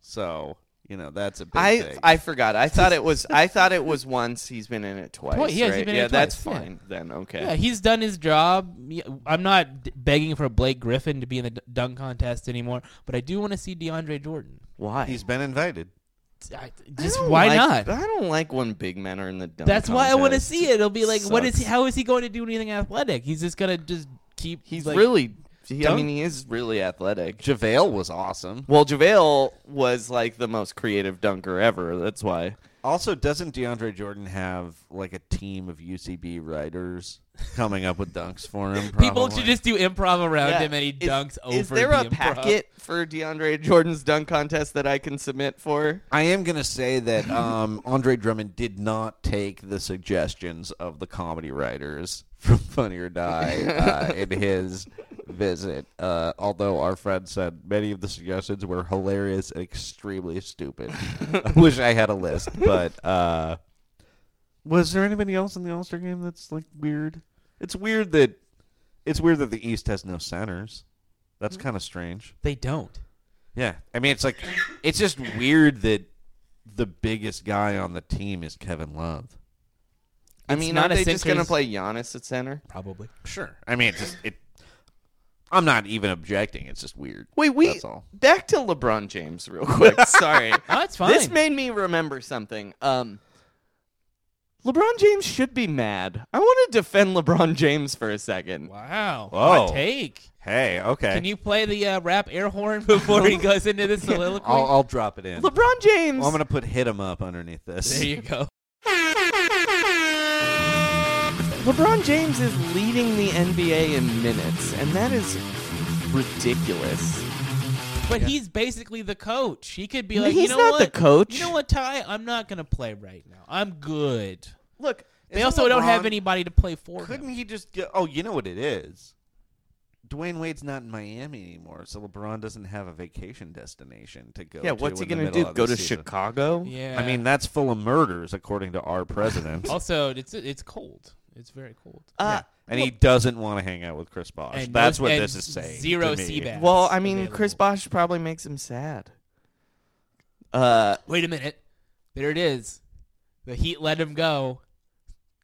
So, you know, that's a big
I
thing.
I forgot. I thought it was I thought it was once. He's been in it twice.
Twice, yeah, he's
right?
been in
yeah,
it
that's
twice, yeah.
fine then. Okay.
yeah, he's done his job. Yeah, I'm not d- begging for Blake Griffin to be in the d- dunk contest anymore, but I do want to see DeAndre Jordan.
why?
He's been invited.
I-
I
Just
don't
why
like-
not?
I don't like when big men are in the dunk.
That's why I want to
contest.
see it. It'll be like, what is he?
Sucks.
How is he going to do anything athletic? He's just gonna just keep.
He's
like-
really. He, I
dunk?
mean, he is really athletic.
JaVale was awesome.
Well, JaVale was like the most creative dunker ever. That's why.
Also, doesn't DeAndre Jordan have like a team of UCB writers coming up with dunks for him?
People
probably?
should just do improv around
Yeah.
him and he
Is-
dunks over
Is there
the
a
improv.
packet for DeAndre Jordan's dunk contest that I can submit for?
I am going to say that um, Andre Drummond did not take the suggestions of the comedy writers from Funny or Die uh, in his visit. Uh, although our friend said many of the suggestions were hilarious and extremely stupid. I wish I had a list, but uh, was there anybody else in the All Star game that's like weird? It's weird that it's weird that the East has no centers. That's kind of strange.
They don't.
Yeah, I mean, it's like it's just weird that the biggest guy on the team is Kevin Love.
I
It's
mean,
not
aren't
a
they just going to
center's-
play Giannis at center?
Probably.
Sure, I mean, it's just it. I'm not even objecting. It's just weird.
Wait, we
That's all.
back to LeBron James real quick. Sorry.
No, it's fine.
This made me remember something. Um, LeBron James should be mad. I want to defend LeBron James for a second.
wow.
Whoa.
Hot take.
Hey, okay.
Can you play the uh, rap air horn before he goes into the soliloquy?
I'll, I'll drop it in.
LeBron James.
Well, I'm gonna put hit him up underneath this.
there you go.
LeBron James is leading the NBA in minutes, and that is ridiculous.
But he's basically the coach. He could be like,
he's
you know
not
what?
the coach.
You know what, Ty? I'm not gonna play right now. I'm good.
Look,
They
Isn't
also don't have
LeBron-
anybody to play for
Couldn't
him.
he just? Go, oh, you know what it is. Dwayne Wade's not in Miami anymore, so LeBron doesn't have a vacation destination to go.
yeah,
to
what's he
in the
gonna
middle
do?
of
Go
the
to
season.
Chicago?
Yeah.
I mean, that's full of murders, according to our president.
also, it's it's cold. It's very cold.
Uh,
And he doesn't want to hang out with Chris Bosh.
And
That's
no-
what
and
this is saying.
zero
to me.
sea bass
well, I mean, Chris
available.
Bosh probably makes him sad. Uh,
Wait a minute. There it is. The Heat let him go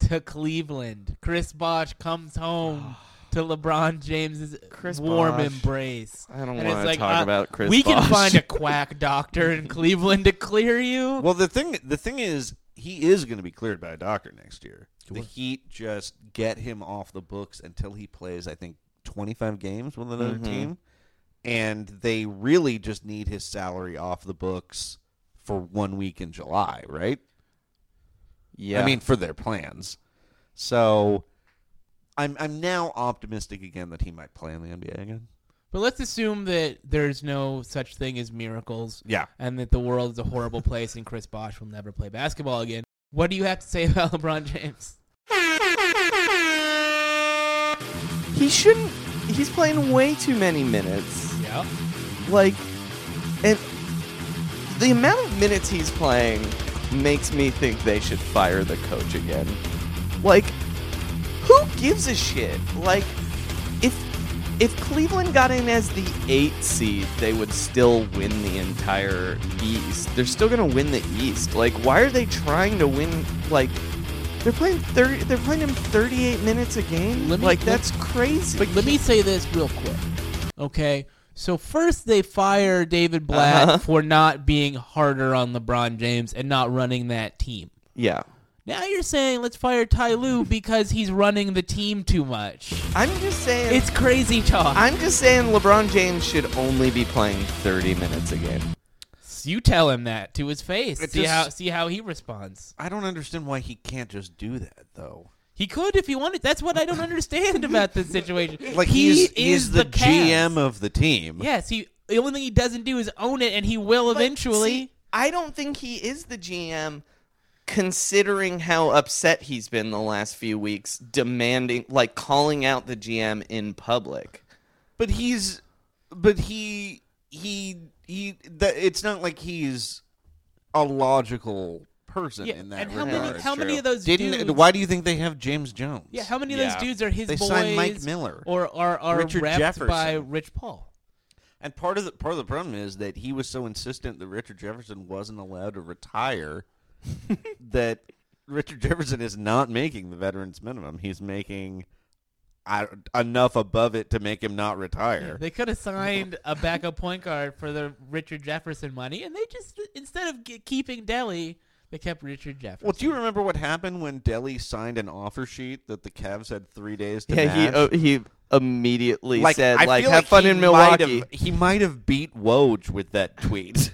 to Cleveland. Chris Bosch comes home to LeBron James's
Chris
warm
Bosh.
embrace.
I don't
And it's
wanna
like,
talk
uh,
about Chris
We can
Bosh.
find a quack doctor in Cleveland to clear you.
Well, the thing the thing is, he is going to be cleared by a doctor next year. The Heat just get him off the books until he plays, I think, 25 games with another team. And they really just need his salary off the books for one week in July, right?
yeah,
I mean, for their plans. So I'm, I'm now optimistic again that he might play in the NBA again.
But let's assume that there's no such thing as miracles.
Yeah.
And that the world is a horrible place and Chris Bosch will never play basketball again. What do you have to say about LeBron James?
he shouldn't. He's playing way too many minutes.
Yeah.
Like, and the amount of minutes he's playing makes me think they should fire the coach again. Like, who gives a shit? Like, if if Cleveland got in as the eight seed, they would still win the entire East. They're still gonna win the East. Like, why are they trying to win? Like, they're playing thirty. They're playing him thirty-eight minutes a game.
Let me-
like,
let-
that's crazy.
But let me say this real quick. Okay. So first they fire David Blatt
Uh-huh.
for not being harder on LeBron James and not running that team.
yeah.
Now you're saying let's fire Ty Lue because he's running the team too much.
I'm just saying.
It's crazy talk.
I'm just saying LeBron James should only be playing 30 minutes a game.
you tell him that to his face.
It
see
just-
how see how he responds.
I don't understand why he can't just do that, though.
He could if he wanted. That's what I don't understand about this situation.
Like
he
he's,
is
he's the,
Cavs.
GM of the team.
Yes, he. The only thing he doesn't do is own it, and he will eventually.
I don't think he is the GM considering how upset he's been the last few weeks demanding like calling out the GM in public.
But he's but he he he that it's not like he's a logical person
yeah,
in that
and how
regard.
many? How many
true.
of those
Didn't
dudes?
why do you think they have James Jones?
Yeah, how many of
Yeah.
those dudes are his
They
boys?
signed Mike Miller.
or are are
Richard
repped
Jefferson.
by Rich Paul?
and part of the part of the problem is that he was so insistent that Richard Jefferson wasn't allowed to retire that Richard Jefferson is not making the veterans minimum. He's making I, enough above it to make him not retire.
They could have signed a backup point guard for the Richard Jefferson money, and they just instead of ge- keeping Delhi, they kept Richard Jefferson.
Well, do you remember what happened when Delhi signed an offer sheet that the Cavs had three days to
Yeah, he
match?
uh, he immediately said
I
like
feel
have fun
he
in
might
Milwaukee.
have- he might have beat Woj with that tweet.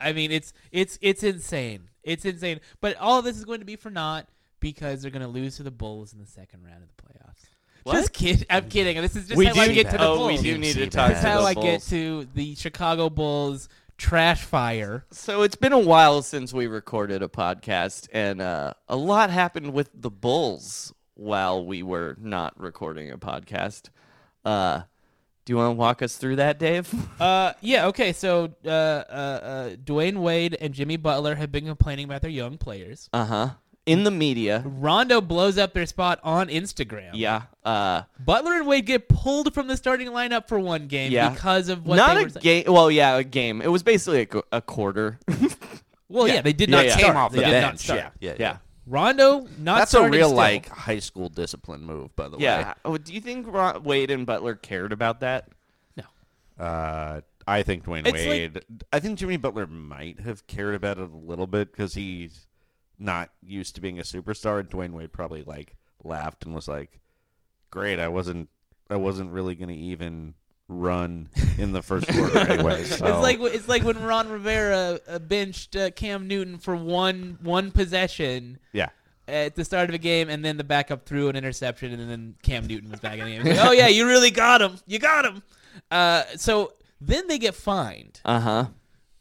I mean, it's it's it's insane. It's insane. But all this is going to be for naught because they're going to lose to the Bulls in the second round of the playoffs.
What?
Just kid. I'm kidding. This is just
We
how I
do-
get to the
oh,
Bulls.
we do need to
Team
talk
That's
to
how
the
I
Bulls.
get to the Chicago Bulls trash fire.
So it's been a while since we recorded a podcast, and uh, a lot happened with the Bulls while we were not recording a podcast. Uh, do you want to walk us through that, Dave?
Uh, yeah, okay. So uh, uh, uh, Dwayne Wade and Jimmy Butler have been complaining about their young players.
Uh huh. In the media,
Rondo blows up their spot on Instagram.
yeah. Uh,
Butler and Wade get pulled from the starting lineup for one game
Yeah.
because of what
not
they
a
were saying.
game. Well, yeah, a game. It was basically a, qu- a quarter.
Well, yeah, they did not
yeah.
start.
Came off
they
the
did not
bench.
start.
Yeah, yeah,
yeah.
Rondo not
That's a
starting
real
still.
like high school discipline move, by the
Yeah. Oh, do you think Ron- Wade and Butler cared about that?
way. Uh, I think Dwayne
It's
Wade. I think Jimmy Butler might have cared about it a little bit because he's not used to being a superstar, and Dwayne Wade probably like laughed and was like, "Great, I wasn't. I wasn't really going to even run in the first quarter anyway." So.
It's like it's like when Ron Rivera uh, benched uh, Cam Newton for one one possession
yeah.
at the start of a game, and then the backup threw an interception, and then Cam Newton was back in the game. It's like, oh yeah, you really got him. You got him. Uh, so then they get fined.
Uh huh.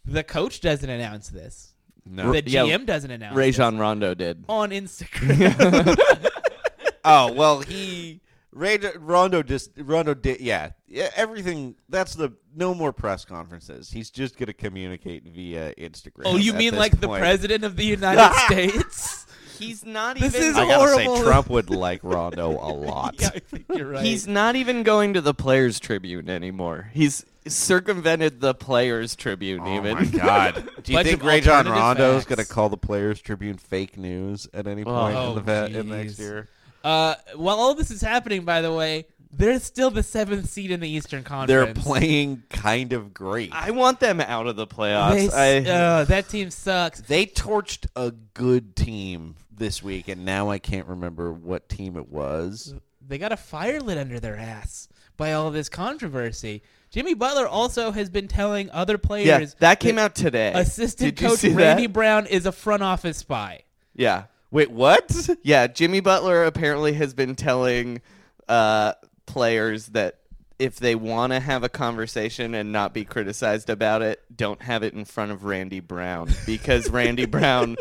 The coach doesn't announce this.
No.
The
Yeah.
GM doesn't announce this
Rajon Rondo did.
on Instagram.
Oh well, he Ray, Rondo just Rondo did yeah yeah everything. That's the no more press conferences. He's just gonna communicate via Instagram.
oh, you
at
mean
this
like the
point.
president of the United States?
He's not
This
even.
is
I gotta say,
horrible.
Trump would like Rondo a lot.
Yeah, I think you're right.
He's not even going to the Players Tribune anymore. He's circumvented the Players Tribune
Oh
even.
my God! Do you
Bunch
think
of
Ray John
alternative
Rondo is
facts.
gonna call the Players Tribune fake news at any point
Oh,
in the fa- in
jeez.
next year?
Uh, while all this is happening, by the way, they're still the seventh seed in the Eastern Conference.
They're playing kind of great.
I want them out of the
They
playoffs.
s-
I,
uh, that team sucks.
They torched a good team this week, and now I can't remember what team it was.
They got a fire lit under their ass by all this controversy. Jimmy Butler also has been telling other players
yeah, that came out today.
assistant
Did you
coach
see
Randy
that?
Brown is a front office spy.
Yeah,
Wait, what?
yeah. Jimmy Butler apparently has been telling uh, players that if they want to have a conversation and not be criticized about it, don't have it in front of Randy Brown because Randy Brown,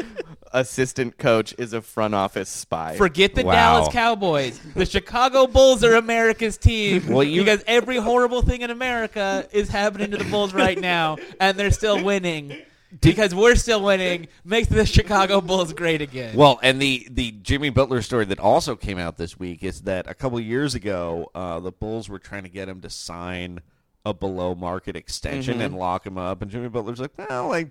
assistant coach, is a front office spy.
Forget the
Wow.
Dallas Cowboys. The Chicago Bulls are America's team
Well, you-
because every horrible thing in America is happening to the Bulls right now, and they're still winning. Because we're still winning makes the Chicago Bulls great again.
Well, and the the Jimmy Butler story that also came out this week is that a couple years ago, uh, the Bulls were trying to get him to sign a below market extension and lock him up, and Jimmy Butler's like, well, I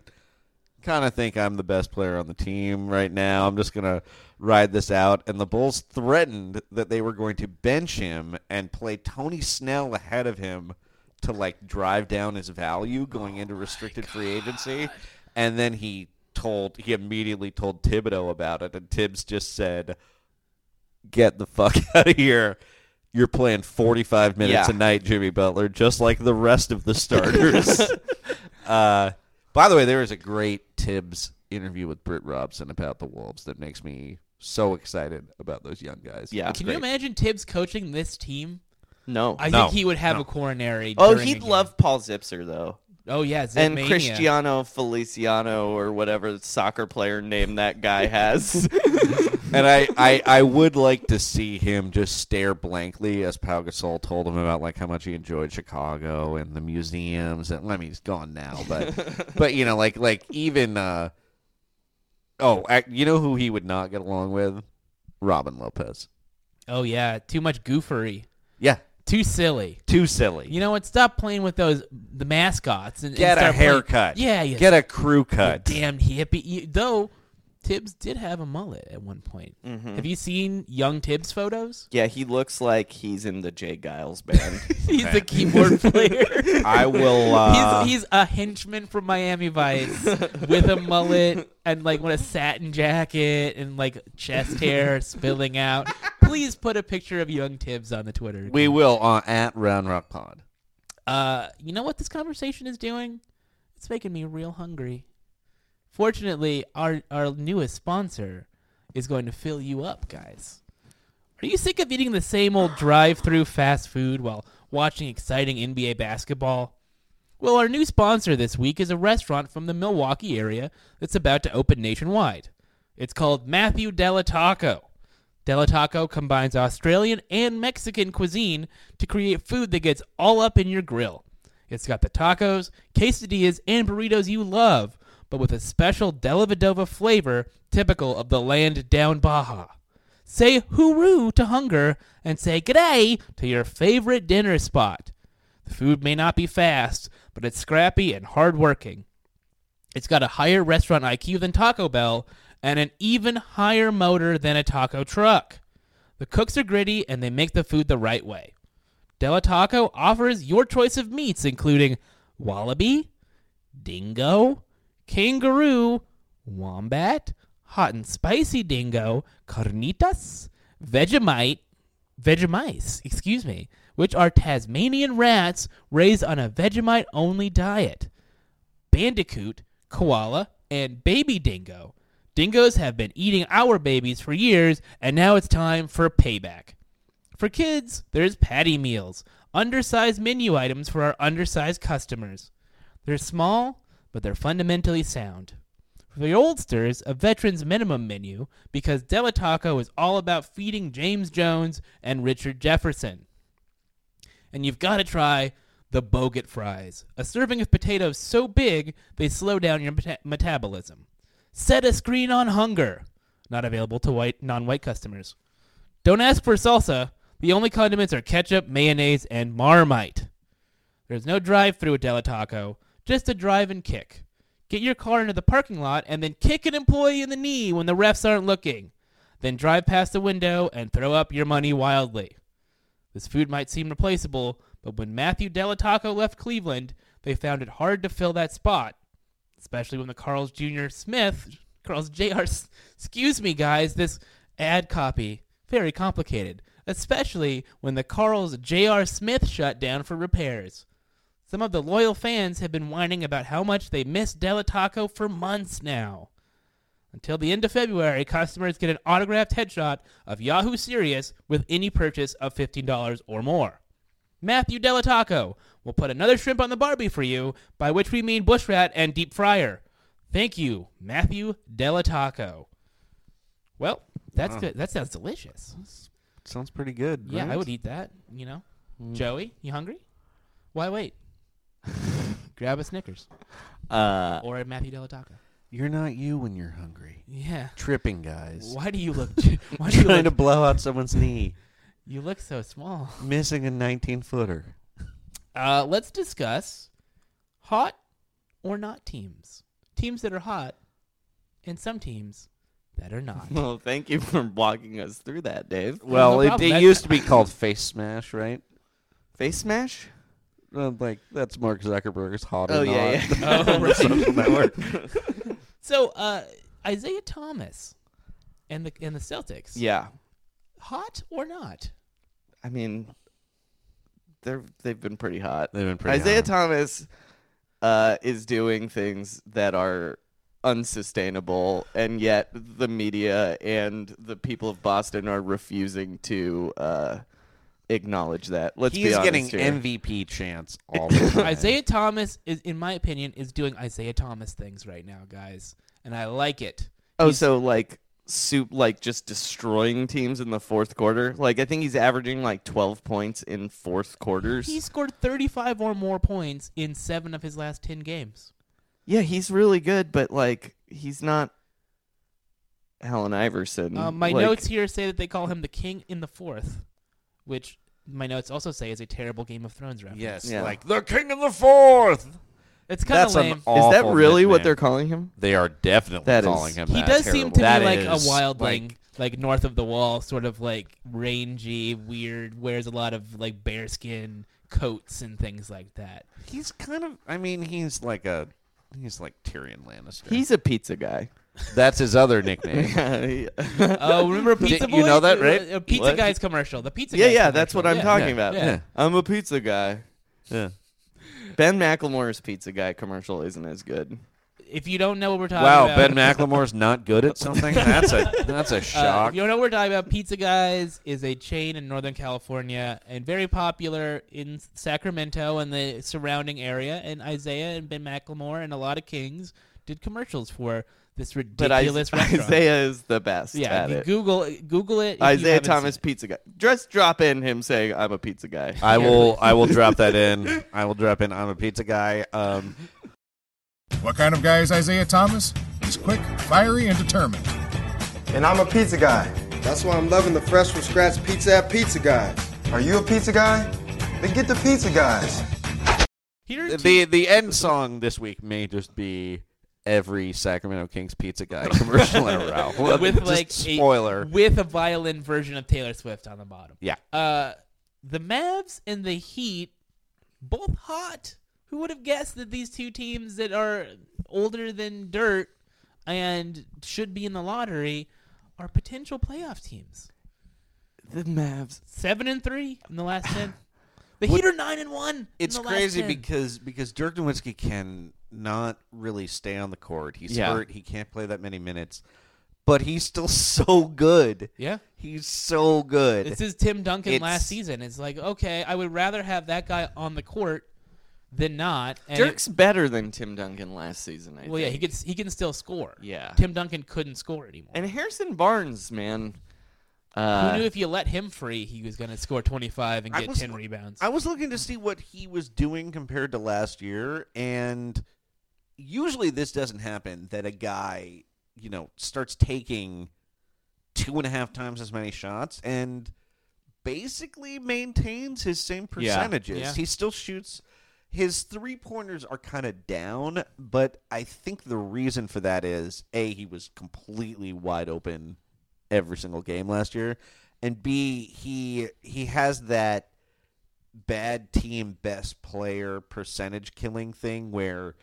kind of think I'm the best player on the team right now. I'm just gonna ride this out, and the Bulls threatened that they were going to bench him and play Tony Snell ahead of him to like drive down his value going into restricted free agency. And then he told he immediately told Thibodeau about it, and Tibbs just said, "Get the fuck out of here." You're playing 45 minutes
Yeah.
a night, Jimmy Butler, just like the rest of the starters. uh, by the way, there is a great Tibbs interview with Britt Robson about the Wolves that makes me so excited about those young guys.
Yeah.
It's
Can you
great.
imagine Tibbs coaching this team?
no.
I
No,
think he would have a coronary.
oh,
during a
he'd
game.
love Paul Zipser though.
Oh yeah,
and
Zipmania.
Cristiano Feliciano or whatever soccer player name that guy has.
And I, I, I would like to see him just stare blankly as Pau Gasol told him about like how much he enjoyed Chicago and the museums and I mean he's gone now, but but you know like like even uh oh ac- you know who he would not get along with Robin Lopez
Oh yeah, too much goofery,
yeah
too silly.
too silly
You know what? Stop playing with those the mascots and and
get a
start playing-
haircut
Yeah, yeah.
get a crew cut
damn hippie. You, though Tibbs did have a mullet at one point.
Mm-hmm.
Have you seen young Tibbs photos?
yeah, he looks like he's in the Jay Giles band.
He's a keyboard player.
I will uh,
he's he's a henchman from Miami Vice with a mullet and like what a satin jacket and like chest hair spilling out. Please put a picture of young Tibbs on the Twitter.
we will uh, at Round Rock Pod
Uh, you know what this conversation is doing? It's making me real hungry Fortunately, our our newest sponsor is going to fill you up, guys. Are you sick of eating the same old drive-through fast food while watching exciting NBA basketball? Well, our new sponsor this week is a restaurant from the Milwaukee area that's about to open nationwide. It's called Matthew Della Taco. Della Taco combines Australian and Mexican cuisine to create food that gets all up in your grill. It's got the tacos, quesadillas, and burritos you love, but with a special Della Vedova flavor typical of the land down Baja. Say hooroo to hunger and say g'day to your favorite dinner spot. The food may not be fast, but it's scrappy and hardworking. It's got a higher restaurant IQ than Taco Bell and an even higher motor than a taco truck. The cooks are gritty and they make the food the right way. Della Taco offers your choice of meats, including wallaby, dingo, kangaroo, wombat, hot and spicy dingo, carnitas, Vegemite, Vegemice, excuse me, which are Tasmanian rats raised on a Vegemite only diet bandicoot, koala, and baby dingo. Dingoes have been eating our babies for years, and now it's time for payback. For kids, there's patty meals, undersized menu items for our undersized customers. They're small, but they're fundamentally sound. For the oldsters, a veteran's minimum menu, because Della Taco is all about feeding James Jones and Richard Jefferson and you've got to try the Bogut fries, a serving of potatoes so big they slow down your meta- metabolism. Set a screen on hunger, not available to white non-white customers. Don't ask for salsa. The only condiments are ketchup, mayonnaise, and Marmite. There's no drive-through at Del Taco, just a drive and kick. Get your car into the parking lot and then kick an employee in the knee when the refs aren't looking. Then drive past the window and throw up your money wildly. This food might seem replaceable, but when Matthew Delataco left Cleveland, they found it hard to fill that spot, especially when the Carl's Jr. Smith, Carl's Jr. S- Excuse me, guys, this ad copy very complicated, especially when the Carl's Jr. Smith shut down for repairs. Some of the loyal fans have been whining about how much they miss Delataco for months now. Until the end of February, customers get an autographed headshot of Yahoo Serious with any purchase of $15 or more. Matthew Delataco will put another shrimp on the Barbie for you, by which we mean bush rat and deep fryer. Thank you, Matthew Delataco. Well, that's good. That sounds delicious.
Sounds pretty good.
Yeah, I would eat that, you know. Joey, you hungry? Why wait? Grab a Snickers
Uh,
or a Matthew Delataco.
You're not you when you're hungry.
Yeah.
Tripping guys.
Why do you look why do you
Trying
look,
to blow out someone's knee.
you look so small?
Missing a 19 footer.
Uh, let's discuss hot or not teams. Teams that are hot, and some teams that are not.
well, thank you for walking us through that, Dave.
Well,
no
it,
problem.
it
That-
used to be called Face Smash, right?
Face smash?
Uh, like that's Mark Zuckerberg's hot or
Oh,
not.
yeah,
Oh, right.
Social network.
so uh, Isaiah Thomas and the and the Celtics,
Yeah.
hot or not?
I mean, they're they've been pretty hot.
They've been pretty
Isaiah
hot.
Thomas uh, is doing things that are unsustainable, and yet the media and the people of Boston are refusing to uh, acknowledge that. Let's be
He's
honest
getting
here.
MVP chance all the time.
Isaiah Thomas is, in my opinion, is doing Isaiah Thomas things right now, guys, and I like it.
Oh, so like soup, like just destroying teams in the fourth quarter. Like I think he's averaging like twelve points in fourth quarters.
He scored 35 or more points in seven of his last 10 games.
yeah, he's really good, but like he's not. Helen Iverson.
Mm,
Uh, my
like-
notes here say that they call him the king in the fourth, which my notes also say is a terrible Game of Thrones reference.
Yes,
Yeah.
like the king of the fourth.
It's kind of
That's an
lame.
aw-
Is that
awful
really what
nickname.
they're calling him?
They are definitely
That is-
calling him.
he
that.
does seem to
That
be like a
is,
wildling,
like-
like, north of the wall, sort of like rangy, weird, wears a lot of like bearskin coats and things like that.
He's kind of. I mean, he's like a. He's like Tyrion Lannister.
He's a pizza guy.
that's his other nickname.
yeah,
Oh, remember Pizza
you
Boy?
know that, right?
A pizza
What?
Guy's commercial. The Pizza Guy's
yeah, that's what I'm
commercial.
talking
Yeah.
about.
Yeah.
I'm a pizza guy.
yeah.
Ben McLemore's pizza guy commercial isn't as good.
if you don't know what we're talking
Wow,
about,
Ben McLemore's not good at something. That's a that's a
Uh,
shock.
if you don't know what we're talking about, Pizza Guys is a chain in Northern California and very popular in Sacramento and the surrounding area. And Isaiah and Ben McLemore and a lot of Kings did commercials for this
But
ridiculous
Isaiah,
restaurant.
Isaiah is the best
yeah,
at
if you
it.
Google Google it. if you
Isaiah
haven't
Thomas,
seen
pizza guy. Just drop in him saying, "I'm a pizza guy."
I will I will drop that in. I will drop in. I'm a pizza guy. Um,
What kind of guy is Isaiah Thomas? He's quick, fiery, and determined.
And I'm a pizza guy. That's why I'm loving the fresh from scratch pizza at Pizza Guys. Are you a pizza guy? Then get the Pizza Guys.
it. Here are two-
the the end song this week may just be every Sacramento Kings pizza guy commercial in a row. Well,
with
just
like a-
spoiler.
with a violin version of Taylor Swift on the bottom.
Yeah.
Uh, the Mavs and the Heat, both hot. Who would have guessed that these two teams that are older than dirt and should be in the lottery are potential playoff teams?
The Mavs.
Seven and three in the last ten. The Heat are nine and one. in
it's
the last
crazy
10.
because because Dirk Nowitzki can not really stay on the court. He's
Yeah.
hurt. He can't play that many minutes, but he's still so good.
Yeah.
he's so good.
This is Tim Duncan
It's-
last season. It's like okay, I would rather have that guy on the court than not. And it-
Dirk's better than Tim Duncan last season. I
Well, yeah, he
think.
gets he can still score.
Yeah.
Tim Duncan couldn't score anymore.
And Harrison Barnes, man.
Who knew
Uh,
if you let him free, he was going to score 25 and
I
get
was-
10 rebounds?
I was looking to see what he was doing compared to last year, and usually this doesn't happen that a guy, you know, starts taking two and a half times as many shots and basically maintains his same percentages.
Yeah.
He still shoots his three pointers are kind of down, but I think the reason for that is A, he was completely wide open every single game last year. And B, he he has that bad team best player percentage killing thing where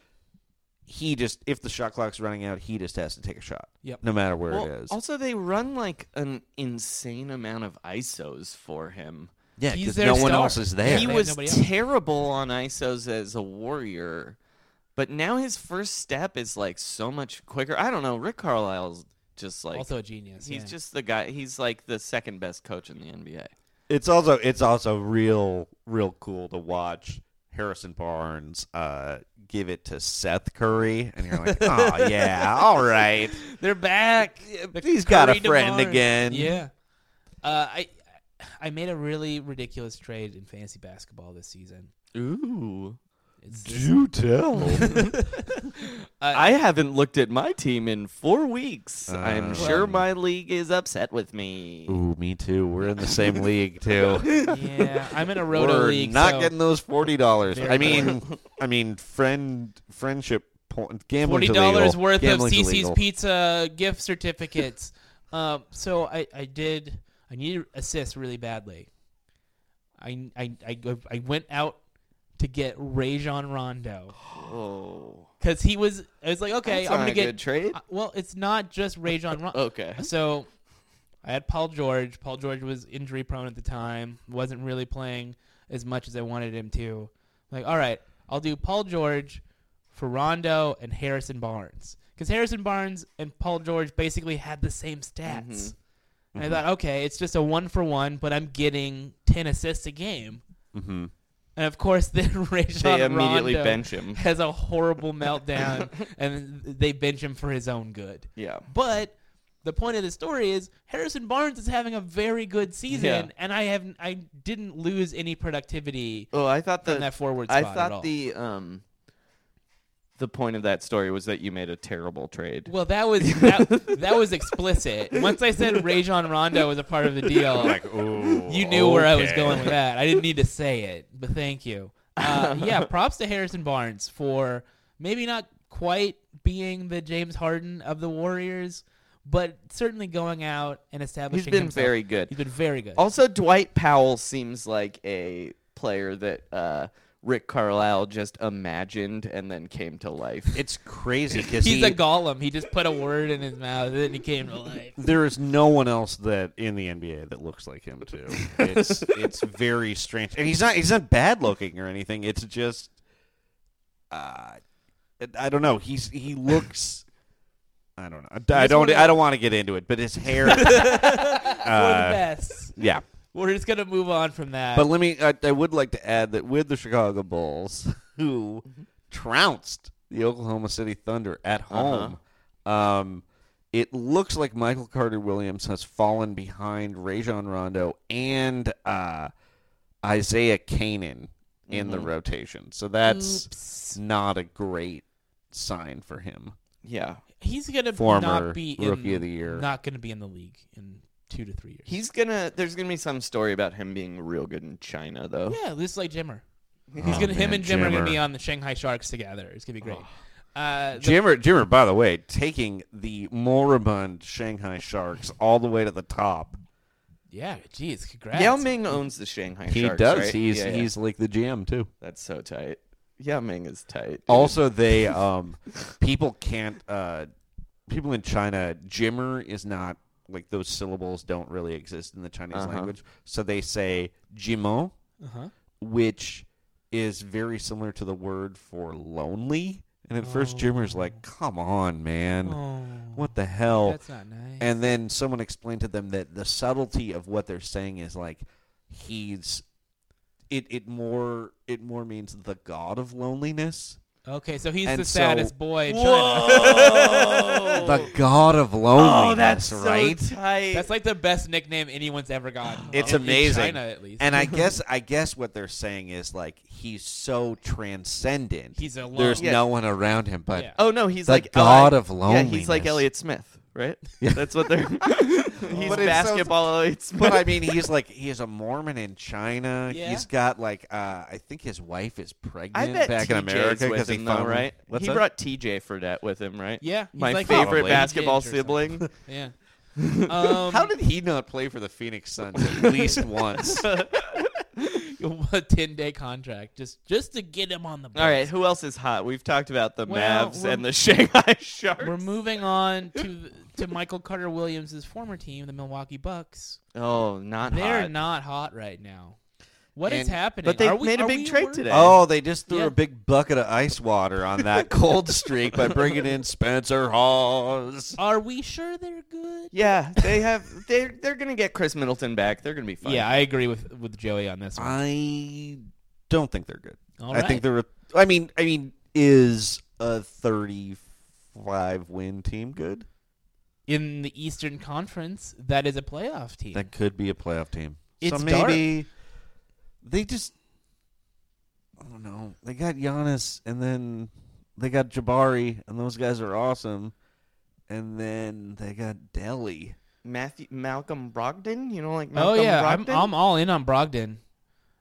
he just if the shot clock's running out, he just has to take a shot.
Yep.
No matter where
well,
it is.
also, they run like an insane amount of ISOs for him.
yeah,
He's
'cause
their
no one
star.
else is there.
he
they have
was
nobody else.
terrible on ISOs as a warrior, but now his first step is like so much quicker. I don't know. Rick Carlisle's just like
also a genius.
he's
yeah.
just the guy. He's like the second best coach in the NBA.
It's also it's also real real cool to watch Harrison Barnes uh, give it to Seth Curry, and you're like, oh yeah, all right,
They're back. The
he's got a
Curry
friend
DeMar.
again.
Yeah. Uh, I I made a really ridiculous trade in fantasy basketball this season.
Ooh.
It's, Uh,
You tell.
I haven't looked at my team in four weeks. I'm
Uh,
sure my league is upset with me.
Ooh, me too. We're in the same league too.
yeah, I'm in a roto
We're
league.
not
so
getting those forty dollars.
Very
I mean, I mean, friend friendship point
forty
gambling's
dollars
illegal.
worth of
Gambling's
CC's
illegal.
Pizza gift certificates. um, so I, I did. I needed assists really badly. I I I, go- I went out to get Rajon Rondo
Oh.
because he was. I was like, okay,
That's
I'm
not
gonna
a
get.
good Oh, trade.
Uh, well, it's not just Rajon Rondo.
Okay.
So I had Paul George. Paul George was injury prone at the time, wasn't really playing as much as I wanted him to. Like, all right, I'll do Paul George for Rondo and Harrison Barnes. Because Harrison Barnes and Paul George basically had the same stats.
Mm-hmm.
And I thought, okay, it's just a one for one, but I'm getting 10 assists a game.
Mm-hmm.
And of course, then Rajon
They immediately
Rondo
bench him.
has a horrible meltdown, and they bench him for his own good.
Yeah.
But the point of the story is Harrison Barnes is having a very good season,
Yeah.
and I have I didn't lose any productivity.
Oh, I thought the
From that forward
I
spot at all.
thought the um the point of that story was that you made a terrible trade.
Well, that was that, that was explicit. Once I said Rajon Rondo was a part of the deal,
Oh.
you knew where I was going with that. I didn't need to say it, but thank you. Uh, yeah, props to Harrison Barnes for maybe not quite being the James Harden of the Warriors, but certainly going out and establishing.
He's been
himself.
very good.
He's been very good.
Also, Dwight Powell seems like a player that uh, Rick Carlisle just imagined and then came to life.
It's crazy because
He's a golem. He just put a word in his mouth and then he came to life.
there is no one else that in the NBA that looks like him too. It's it's very strange, and he's not he's not bad looking or anything. It's just, uh, I don't know. He's he looks. I don't know. I, I don't. I don't want to get into it. But his hair.
the
uh,
best.
yeah.
We're just gonna move on from that.
But let me. I, I would like to add that with the Chicago Bulls, who trounced the Oklahoma City Thunder at home, um, it looks like Michael Carter Williams has fallen behind Rajon Rondo and uh, Isaiah Kanan in
Mm-hmm.
the rotation. So that's
Mm.
not a great sign for him.
Yeah.
he's gonna
former
not be in,
rookie of the year.
Not gonna be in the league in two to three years.
He's gonna. There's gonna be some story about him being real good in China, though.
Yeah, this is like Jimmer. He's gonna him
man,
and Jimmer, are gonna
Jimmer.
be on the Shanghai Sharks together. It's gonna be great. Uh, the-
Jimmer, Jimmer, by the way, taking the moribund Shanghai Sharks all the way to the top.
yeah, geez, congrats.
Yao Ming owns the Shanghai
He
Sharks.
does.
right?
He's
Yeah, yeah.
he's like the GM too.
That's so tight. Yao Ming is tight. dude.
Also, they um, people can't uh, people in China. Jimmer is not like those syllables don't really exist in the Chinese
Uh-huh.
language, so they say Jimo,
Uh-huh.
which is very similar to the word for lonely. And at first, Jimmer's like, "Come on, man,
Oh,
what the hell?"
that's not nice.
And then someone explained to them that the subtlety of what they're saying is like he's it it more it more means the god of loneliness.
okay, so he's
and
the
so-
saddest boy in China. Oh.
The god of loneliness, right?
Oh, tight.
that's like the best nickname anyone's ever gotten.
It's
In- in
amazing.
China, at least.
and I guess I guess what they're saying is like he's so transcendent.
He's alone.
There's
Yeah.
no one around him, but
Yeah.
oh no, he's
the
like
god
Eli-
of
Yeah, he's like
loneliness.
Elliot Smith, right? That's what they're. he's
But it sounds-
basketball Elliot Smith.
but I mean, he's like he is a Mormon in China.
Yeah.
He's got like uh, I think his wife is pregnant
I bet
back
TJ's
in America
with
he
him, though,
finally-
right?
What's
he
that?
brought TJ Fredette with him, right?
yeah, he's
My
like the
favorite
Probably.
basketball
Ginge or something.
sibling.
Yeah. Um,
How did he not play for the Phoenix Suns at least once?
a ten day contract just just to get him on the. Bus.
All right, who else is hot? We've talked about the
Well,
Mavs
we're-
and the Shanghai Sharks.
We're moving on to to Michael Carter Williams' former team, the Milwaukee Bucks.
oh, not
They're
hot.
not hot right now. What is
And-
happening?
but they
Are we-
made a
are
big
we
trade
worried?
today.
Oh, they just threw
Yeah.
a big bucket of ice water on that cold streak by bringing in Spencer Hawes.
Are we sure they're good?
Yeah, they have. They're they're gonna get Chris Middleton back. They're gonna be fine.
Yeah, I agree with with Joey on this one.
Uh,
I don't think they're good.
All
I think
right.
they're. a- I mean, I mean, is a thirty-five win team good?
In the Eastern Conference, that is a playoff team.
That could be a playoff team.
It's
so
dark.
maybe they just I don't know. They got Giannis and then they got Jabari and those guys are awesome. And then they got Delhi.
Matthew Malcolm Brogdon. You know, like
oh
Malcolm
yeah, I'm,
Brogdon.
I'm all in on Brogdon.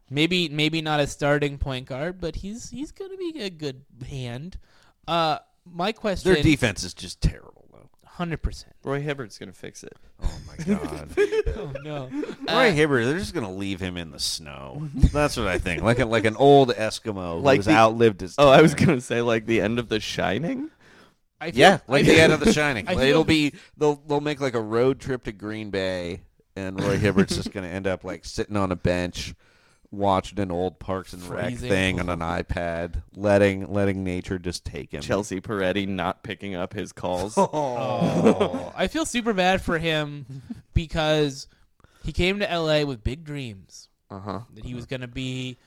Maybe maybe not a starting point guard, but he's he's gonna be a good hand. Uh, my question,
Their defense is just terrible though.
hundred percent.
Roy Hibbert's gonna fix it.
Oh my god.
Oh no,
Roy Hibbert, they're just gonna leave him in the snow. That's what I think. Like a, like an old Eskimo
Like
who's
the-
outlived his
Oh, I was
time.
gonna say like the end of The Shining.
I feel,
Yeah, like
I
the
feel-
end of The Shining.
I feel-
It'll be they'll they'll make like a road trip to Green Bay, and Roy Hibbert's just gonna end up like sitting on a bench, watching an old Parks and Rec
Freezing.
thing on an iPad, letting letting nature just take him.
Chelsea Peretti not picking up his calls.
Oh, I feel super bad for him because he came to LA with big dreams
Uh-huh.
that he was going to be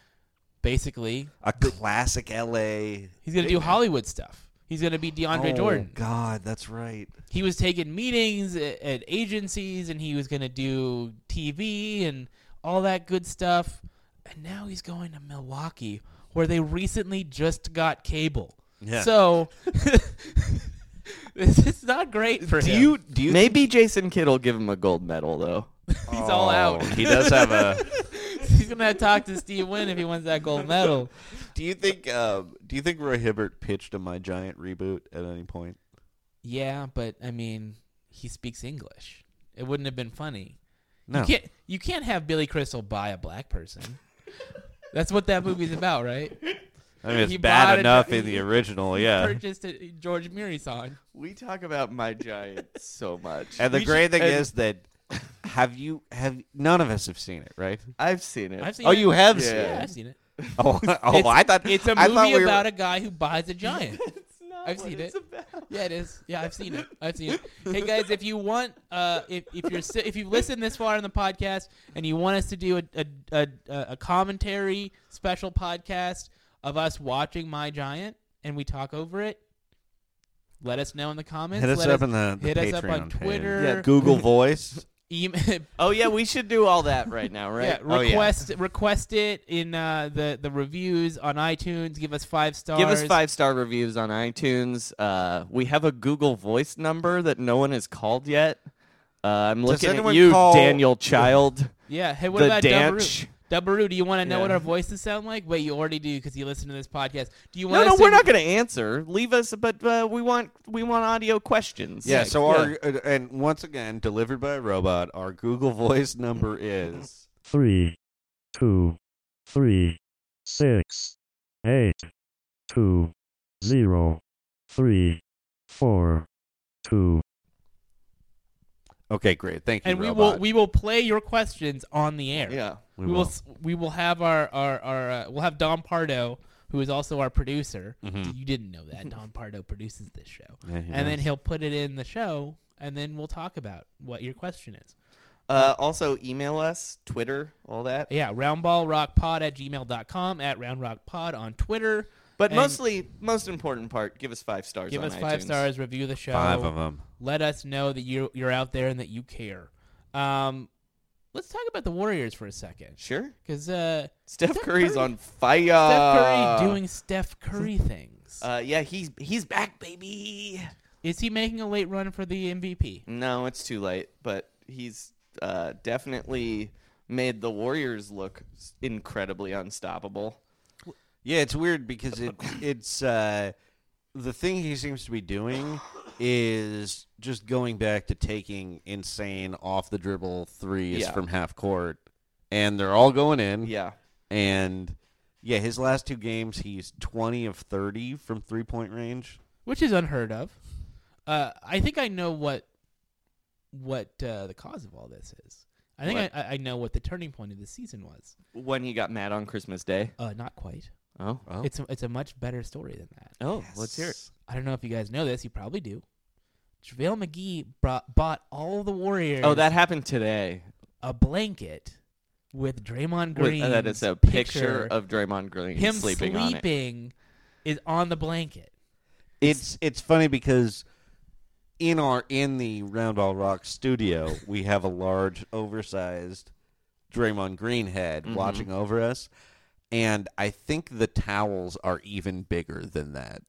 basically
A classic LA.
he's going to do Hollywood stuff. He's going to be DeAndre
oh,
Jordan.
God, that's right.
He was taking meetings at, at agencies and he was going to do TV and all that good stuff. And now he's going to Milwaukee where they recently just got cable.
Yeah.
So this is not great for
Do
him.
you do you?
Maybe Jason Kidd will give him a gold medal though.
he's all out.
Oh, he does have a.
He's gonna have to talk to Steve Wynn if he wins that gold medal.
Do you think? Um, do you think Roy Hibbert pitched a My Giant reboot at any point?
Yeah, but I mean, he speaks English. It wouldn't have been funny.
No.
You can't you can't have Billy Crystal buy a black person. That's what that movie's about, right?
I mean,
He
it's bad
bought a-
enough in the original, yeah.
Purchased a George Murray song.
We talk about my giant so much.
And the
We
great
should-
thing
and
is that have you have none of us have seen it, right?
I've seen it.
I've seen
Oh,
it.
you have
Yeah.
seen
Yeah,
it.
I've seen it.
Oh, oh, I thought
It's a
I thought
movie
we were-
about a guy who buys a giant.
not
I've
what
seen
it's
it.
about.
Yeah, it is. Yeah, I've seen it. I've seen it. Hey guys, if you want, uh, if, if you're si- if you've listened this far in the podcast and you want us to do a a, a a commentary special podcast of us watching My Giant and we talk over it, let us know in the comments.
Hit us
Let
up in the, the
hit us up
Patreon
on
page.
Twitter.
Yeah, Google Voice.
email.
Oh yeah, we should do all that right now, right? Oh,
Yeah, request request it in uh, the the reviews on iTunes. Give us five stars.
Give us five star reviews on iTunes. Uh, we have a Google Voice number that no one has called yet. Uh, I'm looking at
anyone
you,
call-
Daniel Child.
Yeah. Hey, what
The
about
Danch.
Dabaru? Dabaru, do you want to know what
Yeah.
our voices sound like? Wait, you already do because you listen to this podcast. Do you want?
No, no,
us to-
we're not going to answer. Leave us, but uh, we want we want audio questions.
Yeah, so our uh, and once again delivered by a robot, our Google Voice number is
Three, two, three, six, eight, two, zero, three, four, two.
Okay, great. Thank you.
And we will
robot.
we will play your questions on the air.
yeah.
We, will. s- We will have our our our uh, we'll have Don Pardo, who is also our producer.
Mm-hmm.
Hmm.
You didn't know that Don Pardo produces this show,
Yeah, he
and then
does.
he'll put it in the show, and then we'll talk about what your question is.
Uh, also, email us, Twitter, all that.
Yeah, roundballrockpod at gmail.com, at roundrockpod on Twitter.
But
And
mostly, most important part, give us five stars.
give
on
us five
iTunes.
stars, review the show.
five of them.
let us know that you you're out there and that you care. Um, let's talk about the Warriors for a second,
Sure.
because uh,
Steph,
Steph
Curry's
Curry-
on fire.
Steph Curry doing Steph Curry things.
Uh, yeah, he's he's back, baby.
Is he making a late run for the MVP?
No, it's too late. But he's uh, definitely made the Warriors look s- incredibly unstoppable.
Yeah, it's weird because it it's uh, the thing he seems to be doing is just going back to taking insane off the dribble threes
Yeah.
from half court, and they're all going in.
Yeah.
and yeah, his last two games he's twenty of thirty from three point range.
Which is unheard of. Uh, I think I know what what uh, the cause of all this is. I think I,
What?
I I know what the turning point of the season was.
When he got mad on Christmas Day.
Uh, not quite.
Oh.
Oh.
It's a, it's a much better story than that.
Oh, let's hear it.
I don't know if you guys know this. You probably do. JaVale McGee brought, bought all the Warriors
Oh, that happened today.
a blanket with Draymond
Wait,
Green.
uh, That is a picture of Draymond Green
him
sleeping,
sleeping,
on it.
is on the blanket.
It's it's funny because in our in the Round All Rock studio, we have a large oversized Draymond Green head
Mm-hmm.
watching over us, and I think the towels are even bigger than that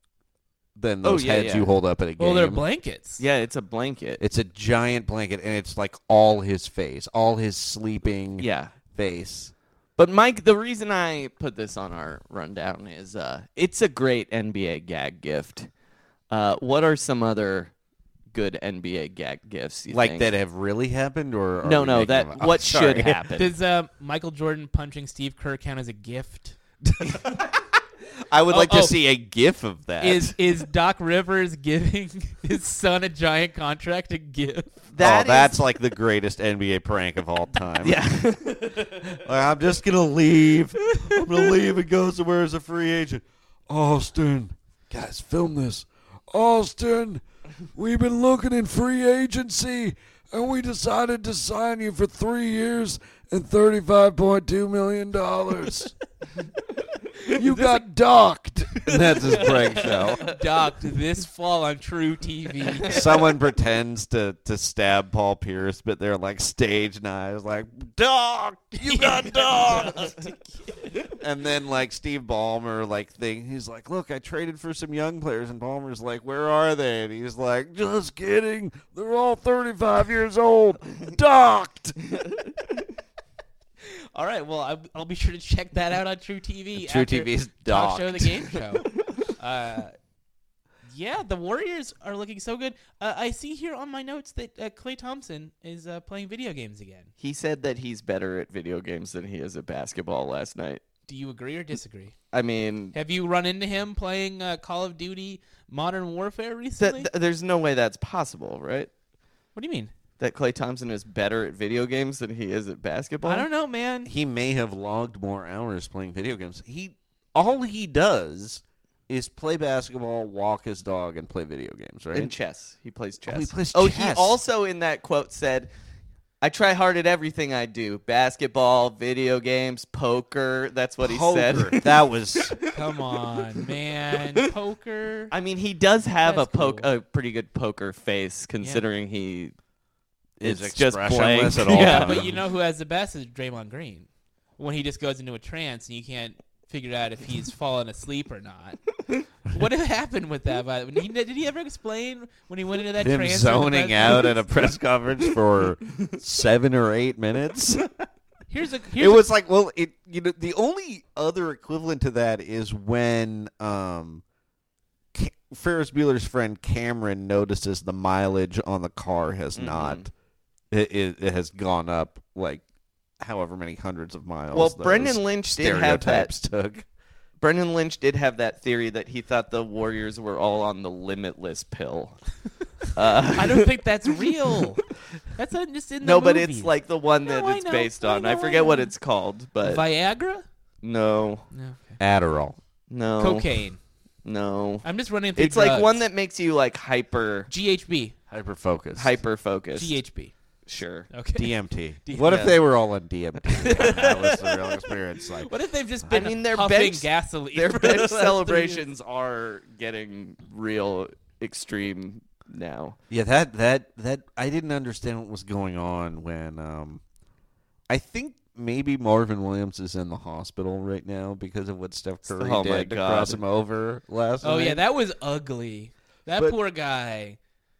than
Oh,
those
yeah,
heads
yeah.
you hold up at a game.
Well, they're blankets.
Yeah, it's a blanket.
it's a giant blanket, and it's like all his face, all his sleeping
yeah.
face.
But Mike, the reason I put this on our rundown is uh, it's a great NBA gag gift. Uh, what are some other good NBA gag gifts? You
Like
think?
that have really happened, or are
No,
we
no.
making
That
them up?
what
Sorry.
should happen?
Does uh, Michael Jordan punching Steve Kerr count as a gift?
I would
Oh,
like
oh.
to see a gif of that.
Is is Doc Rivers giving his son a giant contract a gift?
oh, that's like the greatest NBA prank of all time.
yeah.
Like, I'm just gonna leave. I'm gonna leave and go somewhere as a free agent.
Austin, guys, film this. Austin, we've been looking in free agency, and we decided to sign you for three years and thirty-five point two million dollars. you got docked.
And that's his prank
Oh.
show.
Docked this fall on True TV.
Someone pretends to to stab Paul Pierce, but they're like stage knives, like dog, you got dogged. and then like Steve Ballmer, like thing, he's like, look, I traded for some young players, and Ballmer's like, where are they? And he's like, just kidding, they're all thirty five years old, docked.
All right, well, I'll, I'll be sure to check that out on True TV.
True
after
TV's
talk show, the
docked.
game show. uh, yeah, the Warriors are looking so good. Uh, I see here on my notes that uh, Clay Thompson is uh, playing video games again.
He said that he's better at video games than he is at basketball last night.
Do you agree or disagree?
I mean,
Have you run into him playing uh, Call of Duty Modern Warfare
that,
recently?
th- there's no way that's possible, right?
what do you mean?
That Clay Thompson is better at video games than he is at basketball.
I don't know, man.
He may have logged more hours playing video games. He all he does is play basketball, walk his dog, and play video games, right?
In chess. He plays chess.
he plays
Oh,
chess.
he also in that quote said, I try hard at everything I do basketball, video games, poker. That's what he
Poker.
said.
that was
Come on, man. Poker.
I mean, he does have
That's
a poke,
cool.
a pretty good poker face considering he
His
is just
expressionless
blank.
at all
Yeah.
times.
But you know who has the best is Draymond Green. When he just goes into a trance and you can't figure out if he's fallen asleep or not. what happened with that? By the way? He- Did he ever explain when he went into that
him
trance?
zoning out at
and
a press conference for seven or eight minutes.
Here's a here's
it
a-
was like, well, it you know the only other equivalent to that is when um, Ca- Ferris Bueller's friend Cameron notices the mileage on the car has
Mm-hmm.
not it, it, it has gone up like however many hundreds of miles.
Well,
those
Brendan Lynch did have that.
stereotypes took.
Brendan Lynch did have that theory that he thought the Warriors were all on the limitless pill. Uh,
I don't think that's real. That's not just in the
no, but
movie.
it's like the one that
No, I
it's
know,
based
I
on. I
know, I
forget what
know.
it's called, but
Viagra,
no,
no,
Adderall.
no,
cocaine.
no.
I'm just running through.
It's like
drugs.
one that makes you like hyper,
GHB,
Hyper focus.
hyper focused.
GHB.
Sure.
Okay.
DMT. What if they were all on DMT? that was the real experience. Like,
What if they've just been
mean, their
huffing
bench-
gasoline?
Their
for the
bench
last three years?
celebrations are getting real extreme now.
Yeah, that that that I didn't understand what was going on when um I think maybe Marvin Williams is in the hospital right now because of what Steph Curry
Oh, my
did to
God.
cross him over last
Oh
night.
yeah, that was ugly. That
But-
poor guy.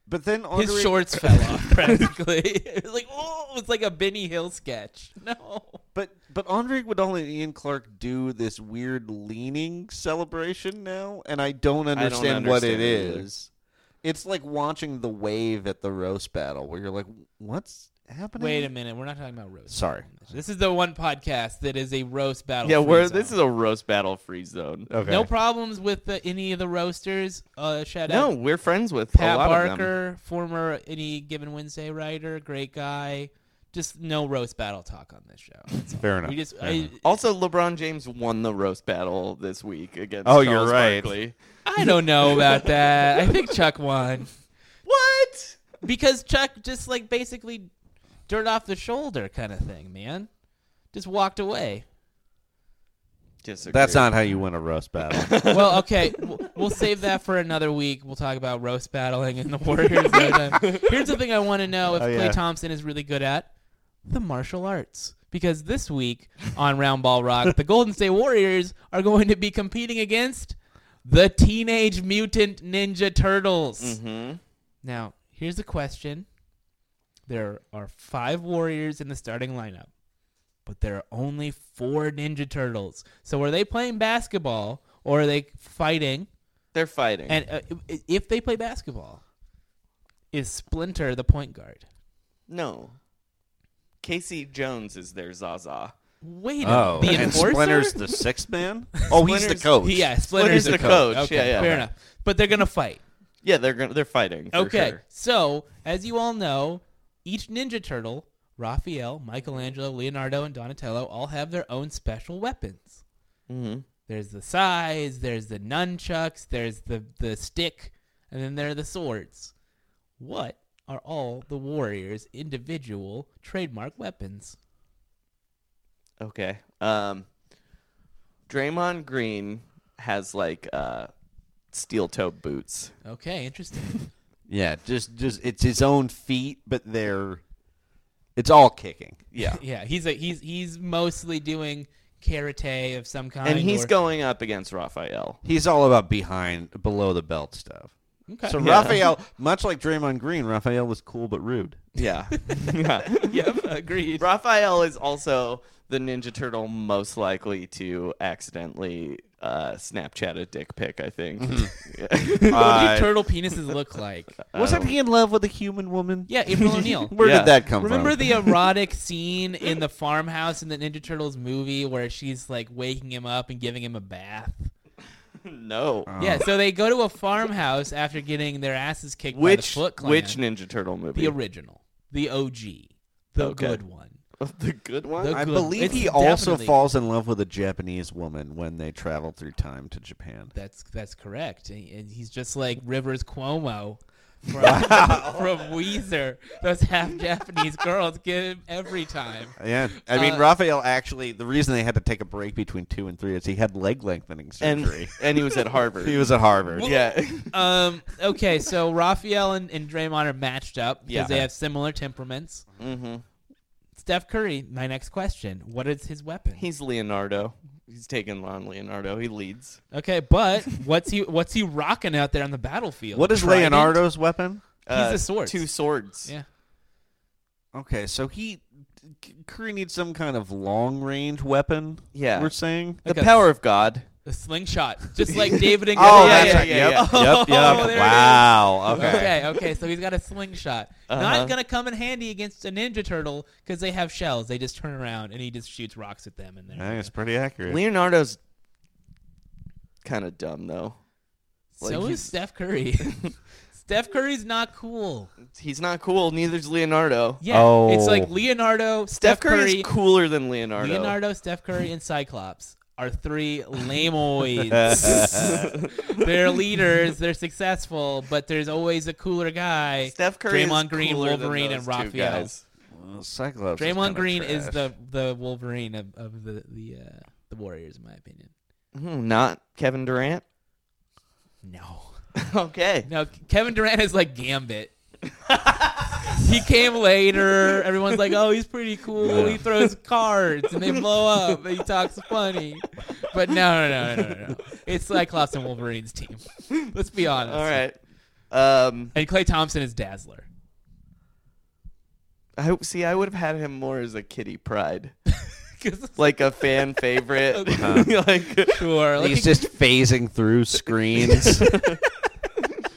But then
His
Andre-
shorts fell off practically. it was like oh, it's like a Benny Hill sketch. No.
But but Andre Iguodala and Ian Clark do this weird leaning celebration now, and I don't understand, what it
understand it
is.
either.
It's like watching the wave at the roast battle, where you're like, "What's happening?"
Wait a minute, we're not talking about roast.
Sorry.
This is the one podcast that is a roast battle.
Yeah,
Oh, free
we're
zone.
this is a roast battle free zone.
Okay.
no problems with the, any of the roasters. Uh, shout
No,
out
we're friends with
Pat
a lot of them.
Barker, former any given Wednesday writer, great guy. Just no roast battle talk on this show. That's all.
Fair enough.
We just
Fair
I,
enough.
Also, LeBron James won the roast battle this week against.
Oh,
Charles
you're right.
Barkley.
I don't know about that. I think Chuck won.
What?
because Chuck just like basically dirt off the shoulder kind of thing, man. Just walked away.
Disagree.
That's not how you win a roast battle.
Well, okay, we'll, we'll save that for another week. We'll talk about roast battling and the Warriors. another time. Here's the thing I want to know if
Oh,
Clay
yeah.
Thompson is really good at the martial arts. Because this week on Round Ball Rock, the Golden State Warriors are going to be competing against the Teenage Mutant Ninja Turtles.
Mm-hmm.
Mhm.
Now, here's a question. There are five warriors in the starting lineup, but there are only four Ninja Turtles. So are they playing basketball or are they fighting?
They're fighting.
And uh, i- i- if they play basketball, is Splinter the point guard?
no. Casey Jones is their Zaza.
Wait, a-
Oh,
the
and
enforcer?
Splinter's the sixth man. Oh, he's the
Splinter's-
coach.
He- yeah, Splinter's,
Splinter's the coach.
Okay,
Yeah, yeah.
fair enough. But they're gonna fight.
Yeah, they're gonna, they're fighting. for
Okay,
sure.
so as you all know, each Ninja Turtle, Raphael, Michelangelo, Leonardo, and Donatello, all have their own special weapons.
Mhm.
There's the size, there's the nunchucks, there's the, the stick, and then there are the swords. What are all the Warriors' individual trademark weapons?
Okay. Um, Draymond Green has like uh, steel toe boots.
Okay, interesting.
Yeah, just just it's his own feet, but they're it's all kicking.
Yeah.
yeah, he's a, he's he's mostly doing karate of some kind.
and he's
or-
going up against Raphael.
He's all about behind below the belt stuff.
Okay.
So
Yeah.
Raphael, much like Draymond Green, Raphael was cool but rude.
Yeah. yeah.
yep, agreed.
Raphael is also the Ninja Turtle most likely to accidentally uh, Snapchat a dick pic. I think. Yeah.
What
Uh,
do turtle penises look like?
wasn't he in love with a human woman?
Yeah, April O'Neil.
Where
Yeah.
did that come
Remember
from?
the erotic scene in the farmhouse in the Ninja Turtles movie where she's like waking him up and giving him a bath?
no.
Yeah, so they go to a farmhouse after getting their asses kicked by the
which
Foot Clan.
which Ninja Turtle movie?
the original, the OG, the
Okay.
good one.
the good one.
The
I
good-
believe
it's
he also
definitely-
falls in love with a Japanese woman when they travel through time to Japan.
That's that's correct. And and he's just like Rivers Cuomo from, from Weezer. Those half Japanese girls get him every time.
Yeah, I mean
Uh,
Raphael actually. The reason they had to take a break between two and three is he had leg lengthening surgery.
and and he was at Harvard.
he was at Harvard.
yeah.
Um, okay, so Raphael and, and Draymond are matched up because
Yeah.
they have similar temperaments.
mm-hmm.
Steph Curry, my next question. What is his weapon?
He's Leonardo. He's taken on Leonardo. He leads.
Okay, but what's he what's he rocking out there on the battlefield?
What is
Trident?
Leonardo's weapon?
a sword.
uh, Two swords.
Yeah.
Okay, so he Curry needs some kind of long range weapon.
Yeah.
we're saying.
The
Like a-
power of God.
A slingshot. Just like David and
Oh,
Goliath.
that's right.
yeah,
yep,
yeah.
yep, yep.
Oh, there it is.
wow. Okay.
Okay, okay, so he's got a slingshot.
Uh-huh.
Not gonna come in handy against a ninja turtle because they have shells. They just turn around and he just shoots rocks at them and
I think
they're
it's pretty accurate.
Leonardo's kind of dumb though. like
So is
he's-
Steph Curry. Steph Curry's not cool.
He's not cool. Neither's Leonardo.
Yeah,
Oh.
it's like Leonardo, Steph,
Steph Curry is cooler than Leonardo.
Leonardo, Steph Curry, and Cyclops are three lameoids. they're leaders. They're successful, but there's always a cooler guy.
Steph Curry
Draymond
is
Green,
cooler
Wolverine,
than
and
those two
Raphael.
guys.
Well, Cyclops. is
Draymond
kinda
Green is
trash.
the the Wolverine of, of the the uh, the Warriors, in my opinion.
Hmm, not Kevin Durant.
No,
okay.
no. Kevin Durant is like Gambit. he came later. Everyone's like, "Oh, he's pretty cool. He throws cards and they blow up. And he talks funny." But no, no, no, no, no, no. It's Cyclops and Wolverine's team. Let's be honest.
All right. Um,
And Clay Thompson is Dazzler.
I see. I would have had him more as a Kitty Pride,
'Cause-
like a fan favorite. like
sure. Like,
He's just phasing through screens.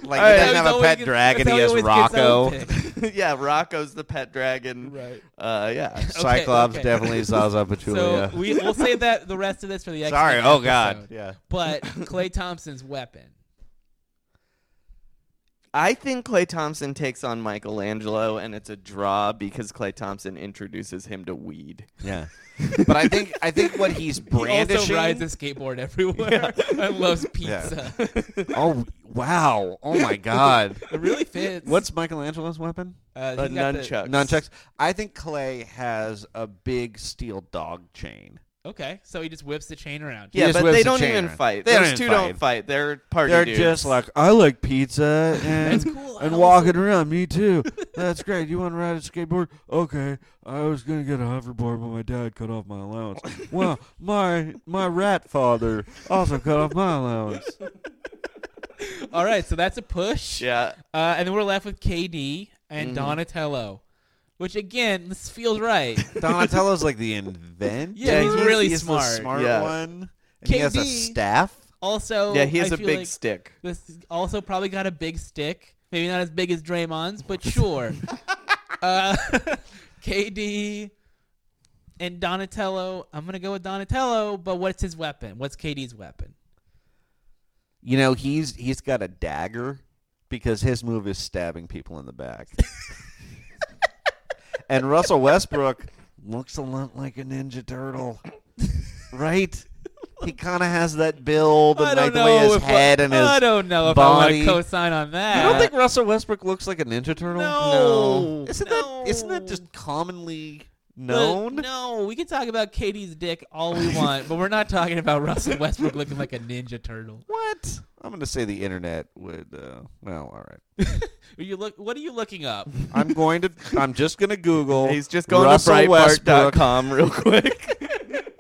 like he
that's
doesn't have
how
a
he
pet
gets-
dragon.
that's
He
how
has
always gets
Rocco.
outpicked.
yeah, Rocco's the pet dragon.
Right.
Uh, yeah.
Cyclops
okay.
definitely Zaza
So
Pachulia.
we, we'll save that the rest of this for the X-Men
Sorry. Oh God.
episode.
Yeah.
But Clay Thompson's weapon.
I think Clay Thompson takes on Michelangelo, and it's a draw because Clay Thompson introduces him to weed.
Yeah. But I think I think what he's
He also
brandishing.
rides a skateboard everywhere and loves pizza.
oh wow! Oh my God!
It really fits.
What's Michelangelo's weapon?
uh,
Uh,
he got the-
nunchucks.
Nunchucks. I think Clay has a big steel dog chain.
okay, so he just whips the chain around.
He
Yeah,
just
but
whips
they
the
don't
chain
even
around.
fight.
They don't
Those
even
two
fight.
don't fight. They're party
They're
dudes.
just like, I like pizza and
That's cool. I
and
also-
walking around. Me too. That's great. You want to ride a skateboard? Okay. I was gonna get a hoverboard, but my dad cut off my allowance. Well, my my rat father also cut off my allowance.
All right, so that's a push.
yeah. Mm-hmm.
Uh, and then we're left with KD and Donatello, which again, this feels right.
Donatello's like the inventor.
Yeah, he's really
he's
smart.
The smart
Yeah.
one. And he has a
KD.
staff.
Also,
Yeah, he has
a
a big stick.
This is also probably got a big stick. Maybe not as big as Draymond's, but sure. uh, KD and Donatello. I'm gonna go with Donatello, but what's his weapon? What's KD's weapon?
You know, he's he's got a dagger because his move is stabbing people in the back. and Russell Westbrook looks a lot like a ninja turtle. Right? He kind of has that build and
I don't
like the way
know
his
if I-
head and his
I don't know if I
body.
want to co-sign on that.
You don't think Russell Westbrook looks like a ninja turtle?
No.
Isn't that isn't that just commonly
But
known?
No, we can talk about KD's dick all we want, but we're not talking about Russell Westbrook looking like a ninja turtle.
What? I'm going to say the internet would. Uh, well, all right.
Are you look? What are you looking up?
I'm going to. I'm just going to Google.
He's just going
Russell
to
Westbrook.
Breitbart.com real quick.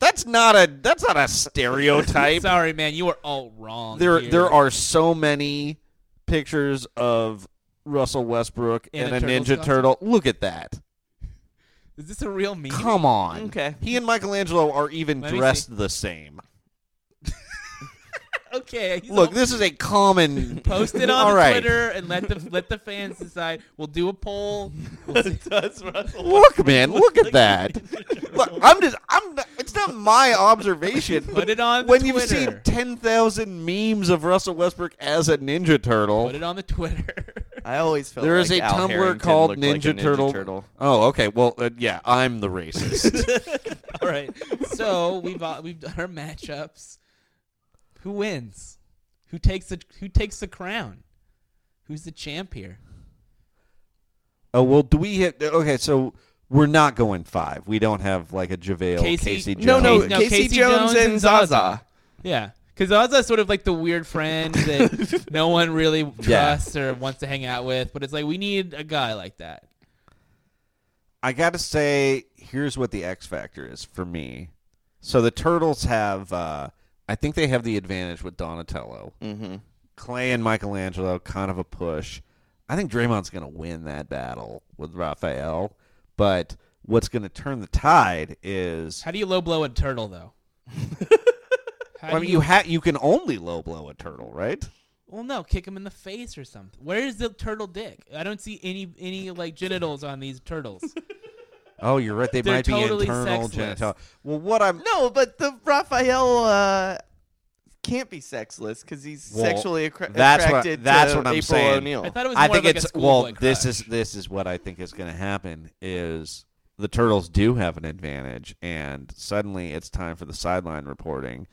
That's not a. That's not a stereotype.
Sorry, man, you are all wrong.
there,
here.
there are so many pictures of Russell Westbrook
In
and,
a
a,
turtle's
Ninja
costume?
Turtle. Look at that.
Is this a real meme?
Come on.
Okay.
He and Michelangelo are even
Let me see.
dressed the same.
Okay, he's
Look,
all-
this is a common.
Post it on
All right.
Twitter and let the let the fans decide. We'll do a poll. We'll see-
Does Russell?
Look, man, look at that. Look, I'm just, I'm. Not, it's not my observation.
Put it on the
when
Twitter.
you've seen ten thousand memes of Russell Westbrook as a Ninja Turtle.
Put it on the Twitter.
I always felt
There
like
is a
Al
Tumblr
Harrington
called
looked like a
Ninja Turtle.
Turtle.
Oh, okay. Well, uh, yeah, I'm the racist.
All right. So we've all, we've done our matchups. Who wins? Who takes the Who takes the crown? Who's the champ here?
oh, well, do we hit? Okay, so we're not going five. We don't have like a JaVale,
Casey-
Casey, Jones.
No, no,
Casey- no,
Casey,
Casey
Jones,
Jones
and
and Zaza.
Zaza.
Yeah, because Ozza's sort of like the weird friend that no one really trusts or wants to hang out with. But it's like we need a guy like that.
I gotta say, here's what the X factor is for me. So the turtles have, uh, I think they have the advantage with Donatello,
Mm-hmm.
Clay, and Michelangelo. Kind of a push. I think Draymond's gonna win that battle with Raphael, but what's gonna turn the tide is.
How do you low blow a turtle though? How
I
do
mean, you ha- you can only low blow a turtle, right?
Well, no, kick him in the face or something. Where is the turtle dick? I don't see any any like genitals on these turtles.
Oh, you're right. They
They're
might
totally
be internal
sexless.
genital. Well, what I'm
No, but the Raphael uh, can't be sexless because he's
Well,
sexually accra-
that's what-
attracted
that's
to
what I'm
April
saying.
O'Neil.
I thought it was more
I think
of like
it's
a
well.
schoolboy
This
crush.
is this is what I think is going to happen is the turtles do have an advantage, and suddenly it's time for the sideline reporting.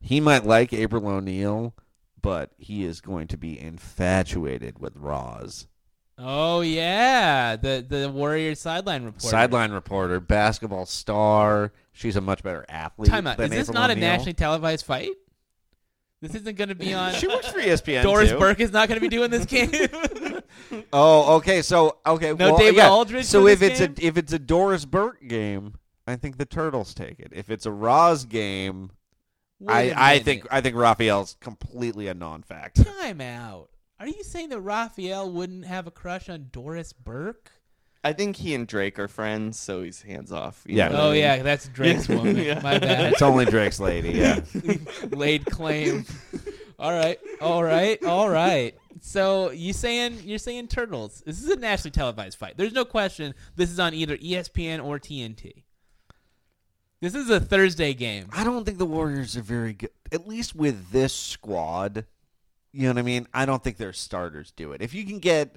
He might like April O'Neil, but he is going to be infatuated with Roz.
Oh yeah, the the Warrior sideline report.
Sideline reporter, basketball star. She's a much better athlete.
Timeout.
than
Is this
April
not a
O'Neil.
nationally televised fight? This isn't going to be on.
She works for E ESPN.
Doris
too.
Burke is not going to be doing this game.
Oh, okay. So okay.
No
well,
David
yeah.
Aldridge
So
for
if
this
it's
game?
a if it's a Doris Burke game, I think the Turtles take it. If it's a Roz game,
Wait
I,
a
I
minute.
think I think Raphael's completely a non-fact.
Timeout. Are you saying that Raphael wouldn't have a crush on Doris Burke?
I think he and Drake are friends, so he's hands off. you
Yeah.
know what I
Oh
mean?
yeah, that's Drake's woman.
Yeah.
My bad.
it's only Drake's lady. Yeah.
laid claim. all right, all right, all right. So you saying you're saying turtles? This is a nationally televised fight. There's no question. This is on either E ESPN or TNT. This is a Thursday game.
I don't think the Warriors are very good. At least with this squad, you know what I mean. I don't think their starters do it. If you can get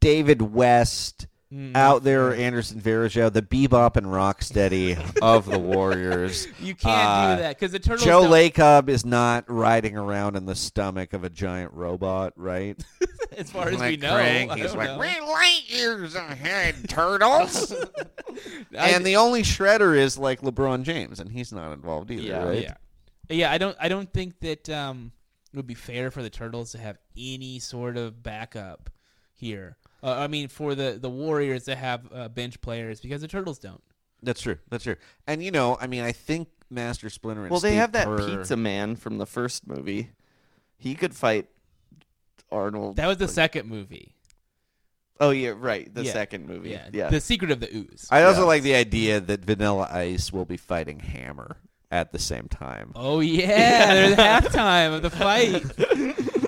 David West.
Mm-hmm.
Out there, or Anderson Varejao, the bebop and rocksteady of the Warriors.
You can't
Uh,
do that because the turtles.
Joe
don't-
Lacob is not riding around in the stomach of a giant robot, right?
as far as we
Like
know,
Crank,
I
he's
don't
like,
know.
"We're light years ahead, turtles."
I-
and the only shredder is like LeBron James, and he's not involved either,
Yeah.
right?
Yeah. Yeah, I don't I don't think that um, it would be fair for the Turtles to have any sort of backup here. Uh, I mean, for the, the Warriors to have uh, bench players because the Turtles don't.
That's true. That's true. And you know, I mean, I think Master Splinter. And
Well, they
Steve
have that
Kerr-
pizza man from the first movie. He could fight Arnold.
That was the second movie.
oh yeah, right. The
Yeah.
second movie.
Yeah.
Yeah.
The Secret of the Ooze.
I also
Yeah.
like the idea that Vanilla Ice will be fighting Hammer at the same time.
oh yeah, there's halftime of the fight.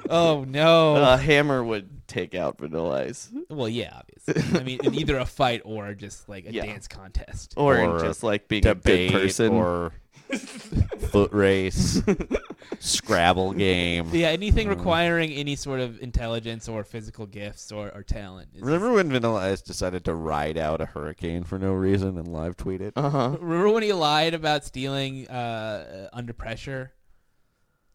oh no.
uh, Hammer would take out Vanilla Ice,
well, yeah, obviously. I mean, in either a fight or just like a
Yeah. Oh,
dance contest.
or,
Or
in
a
just like being a good
debate
person.
or foot race, Scrabble game.
Yeah, anything
uh,
requiring any sort of intelligence or physical gifts or, or talent. is-
Remember when Vanilla Ice decided to ride out a hurricane for no reason and live tweet it?
uh huh.
Remember when he lied about stealing uh, Under Pressure?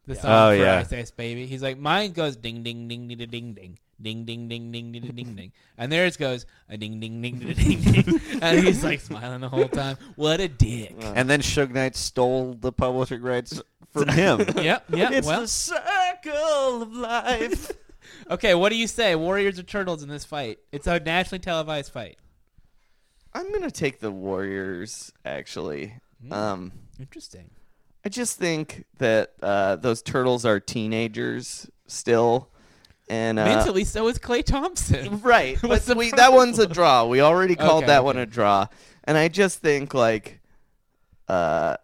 The song
Oh,
for
yeah.
Ice Ice Baby. He's like, mine goes ding, ding, ding, ding, ding, ding. Ding ding ding ding ding ding ding ding, and theirs goes a ding ding ding ding ding ding, and he's like smiling the whole time. What a dick!
And then Suge Knight stole the publishing rights from him.
Yep, yep.
It's
well,
the circle of life.
okay. What do you say, Warriors or Turtles in this fight? It's a nationally televised fight.
I'm gonna take the Warriors actually.
Hmm.
Um,
Interesting.
I just think that uh, those turtles are teenagers still, and uh,
Mentally, so is Clay Thompson.
Right.
What's
But
the
we, that one's a draw. We already called
Okay,
that
okay.
one a draw. And I just think like uh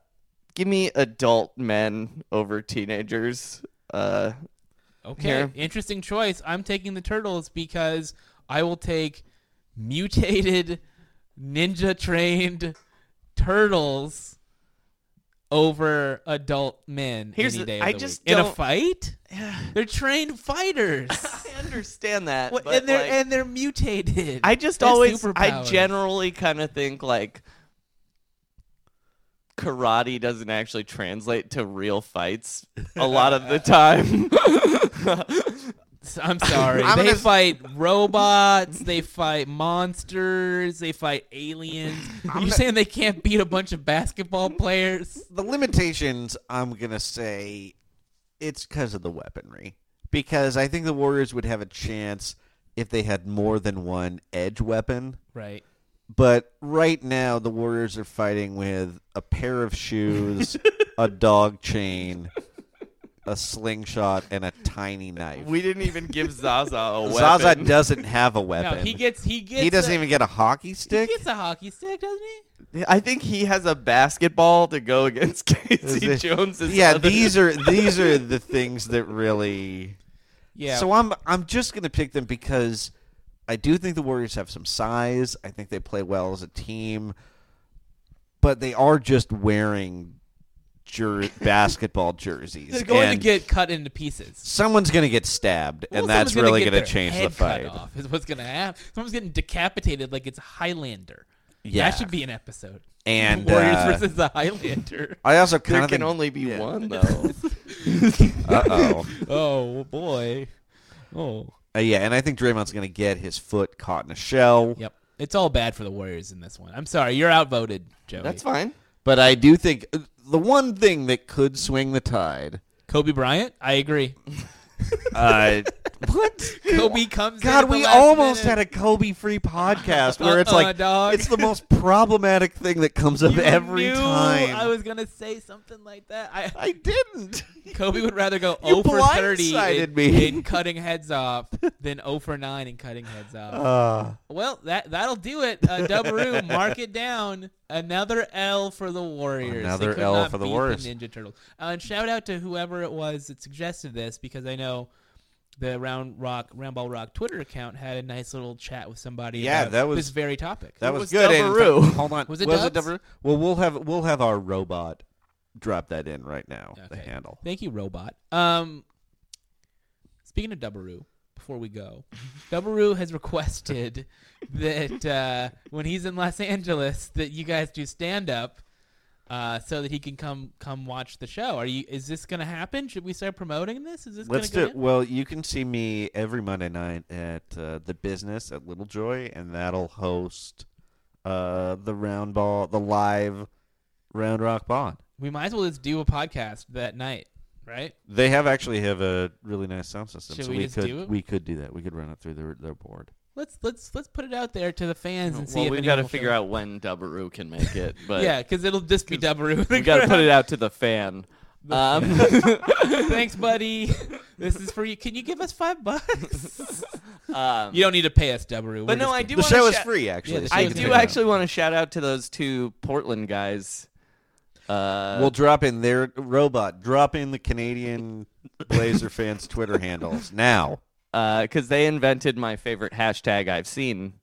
give me adult men over teenagers. Uh
Okay,
here.
interesting choice. I'm taking the turtles because I will take mutated ninja trained turtles over adult men
Here's
any
the-
day of
I
the
just
week. in a
don't-
fight. They're trained fighters.
I understand that.
What-
but,
and they're
like,
and they're mutated.
I just
They're
always, I
superpowers.
generally kind of think like karate doesn't actually translate to real fights a lot of the time.
I'm sorry.
I'm
they
gonna-
fight robots. They fight monsters. They fight aliens. You're saying they can't beat a bunch of basketball players?
the limitations i'm gonna say it's because of the weaponry because i think the warriors would have a chance if they had more than one edge weapon
Right.
but right now the warriors are fighting with a pair of shoes a dog chain a slingshot and a tiny knife
we didn't even give Zaza a weapon.
zaza doesn't have a
No,
weapon
he gets he gets.
he doesn't
a,
even get a hockey stick
He gets a hockey stick, doesn't he?
I think he has a basketball to go against Casey
it-
Jones's.
yeah
other-
these are these are the things that really
Yeah.
So I'm I'm just gonna pick them because I do think the Warriors have some size. I think they play well as a team, but they are just wearing jer- basketball jerseys.
they're going
and
to get cut into pieces.
someone's gonna get stabbed,
Well,
and that's
someone's gonna
really
get
gonna
their
change the
head cut
fight.
Off is what's gonna happen. Someone's getting decapitated like it's Highlander.
Yeah.
That should be an episode.
And
Warriors
uh,
versus the Highlander.
I also
There
kind of
can
think,
only be one though.
uh oh
oh boy. Oh.
Uh, yeah, and I think Draymond's gonna get his foot caught in a shell.
Yep. It's all bad for the Warriors in this one. I'm sorry, you're outvoted, Joey.
That's fine.
But I do think uh, the one thing that could swing the tide.
Kobe Bryant, I agree.
Uh, what?
Kobe comes.
God, we almost had a Kobe free podcast where it's
Uh-uh,
like
dog.
it's the most problematic thing that comes up every time.
I was gonna say something like that. I,
I didn't.
Kobe would rather go 0
You
for 30
blindsided
in,
me.
in cutting heads off than 0 for 9 in cutting heads off.
Uh,
well, that that'll do it. Uh, Dubberoo, mark it down. Another L for the Warriors. They
Another
could
L
not
for the
beat
Warriors.
Ninja Turtles. Uh, and shout out to whoever it was that suggested this because I know the Round Rock Roundball Rock Twitter account had a nice little chat with somebody.
Yeah,
about
that was-
this very topic.
that
was
was, good. and-
Dubbaroo?
hold on,
Was it Dubs?
Dubbaroo? Well, we'll have we'll have our robot drop that in right now. The
Okay.
handle.
Thank you, robot. Um, speaking of Dubberoo, before we go, Dubberoo has requested that uh, when he's in Los Angeles, that you guys do stand up, uh, so that he can come come watch the show. Are you? Is this gonna happen? Should we start promoting this? Is this
Let's do
gonna go
it. Well, you can see me every Monday night at uh, the business at Little Joy, and that'll host uh, the round ball, the live round rock bond.
We might as well just do a podcast that night, right?
They have actually have a really nice sound system,
Should
so
we
we,
just
could
do it?
we could do that. We could run it through their their board.
Let's let's let's put it out there to the fans and see
well,
if
we've
got
got to figure out when Dubberoo can make it, but
Yeah, because it'll just be Dubberoo.
we got to put it out to the fan. Um,
Thanks, buddy. This is for you. Can you give us five bucks?
um,
you don't need to pay us, Dubberoo.
but no, I do.
The
wanna
show is
shout-
free, actually.
the
so
show
I
you
is
can
free.
do
check it out.
actually want to shout out to those two Portland guys. Uh,
We'll drop in their robot. Drop in the Canadian Blazer fans' Twitter handles now.
because Uh, they invented my favorite hashtag I've seen,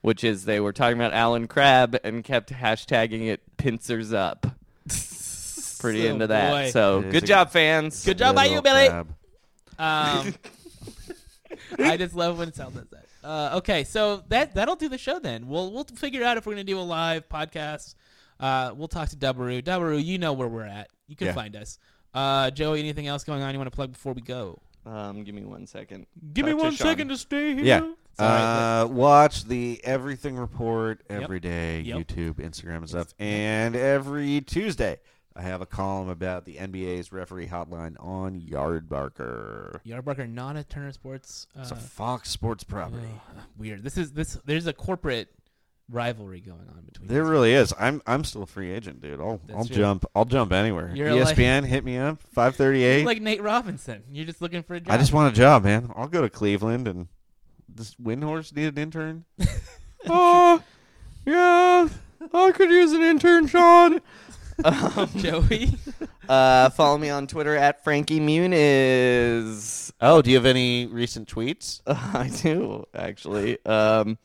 which is they were talking about Alan Crab and kept hashtagging it pincers up. Pretty
Oh,
into that.
boy.
So
It is
good
a-
job, fans.
Good job by
Little
you, Billy.
crab.
Um, I just love when Sal does that. Uh, okay, so that that'll do the show then. We'll we'll figure out if we're gonna do a live podcast. Uh, we'll talk to Dubberoo. Dubberoo, you know where we're at. You can
Yeah.
find us. Uh, Joey, anything else going on you want to plug before we go?
Um, give me one second.
Give me
Talk to
one second to
Sean.
stay here.
Yeah.
Sorry,
uh, watch the Everything Report every day.
Yep.
YouTube, Instagram, and stuff. And every Tuesday, I have a column about the NBA's referee hotline on Yardbarker.
Yardbarker, not a Turner Sports. Uh, oh,
It's a Fox Sports property.
weird. This is this. There's a corporate rivalry going on between.
There
these
really is. I'm I'm still a free agent, dude. I'll
That's
I'll
true.
jump. I'll jump anywhere. E
You're like-
ESPN, hit me up. Five thirty
You're
eight.
like Nate Robinson. You're just looking for a job.
I just want a job, man. I'll go to Cleveland and does Windhorse need an intern?
Oh, yeah. I could use an intern, Sean.
Joey.
Uh, follow me on Twitter at Frankie Muniz.
Oh, do you have any recent tweets?
I do actually. Um,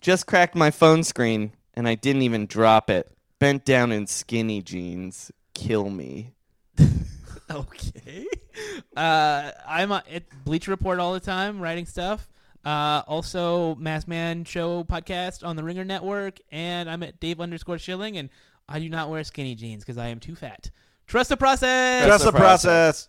just cracked my phone screen and I didn't even drop it. Bent down in skinny jeans. Kill me.
okay. uh, I'm uh, at Bleacher Report all the time, writing stuff. Uh, also, Mass Man Show podcast on the Ringer Network, and I'm at Dave underscore Shilling, and I do not wear skinny jeans because I am too fat. Trust the process.
Trust the process.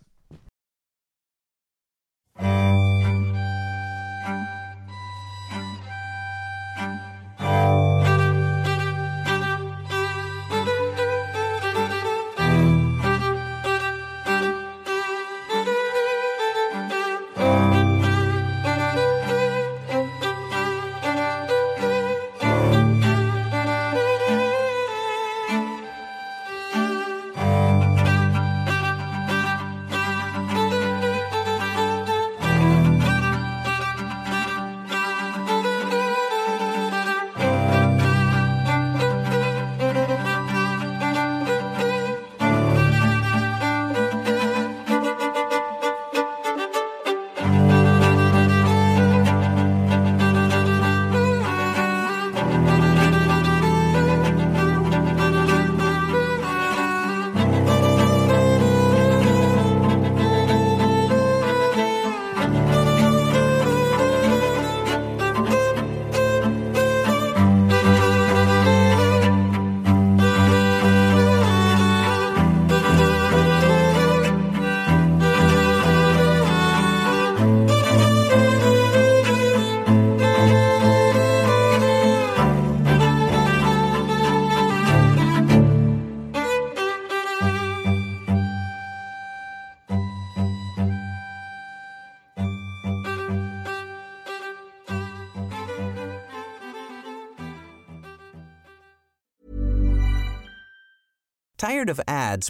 Tired of ads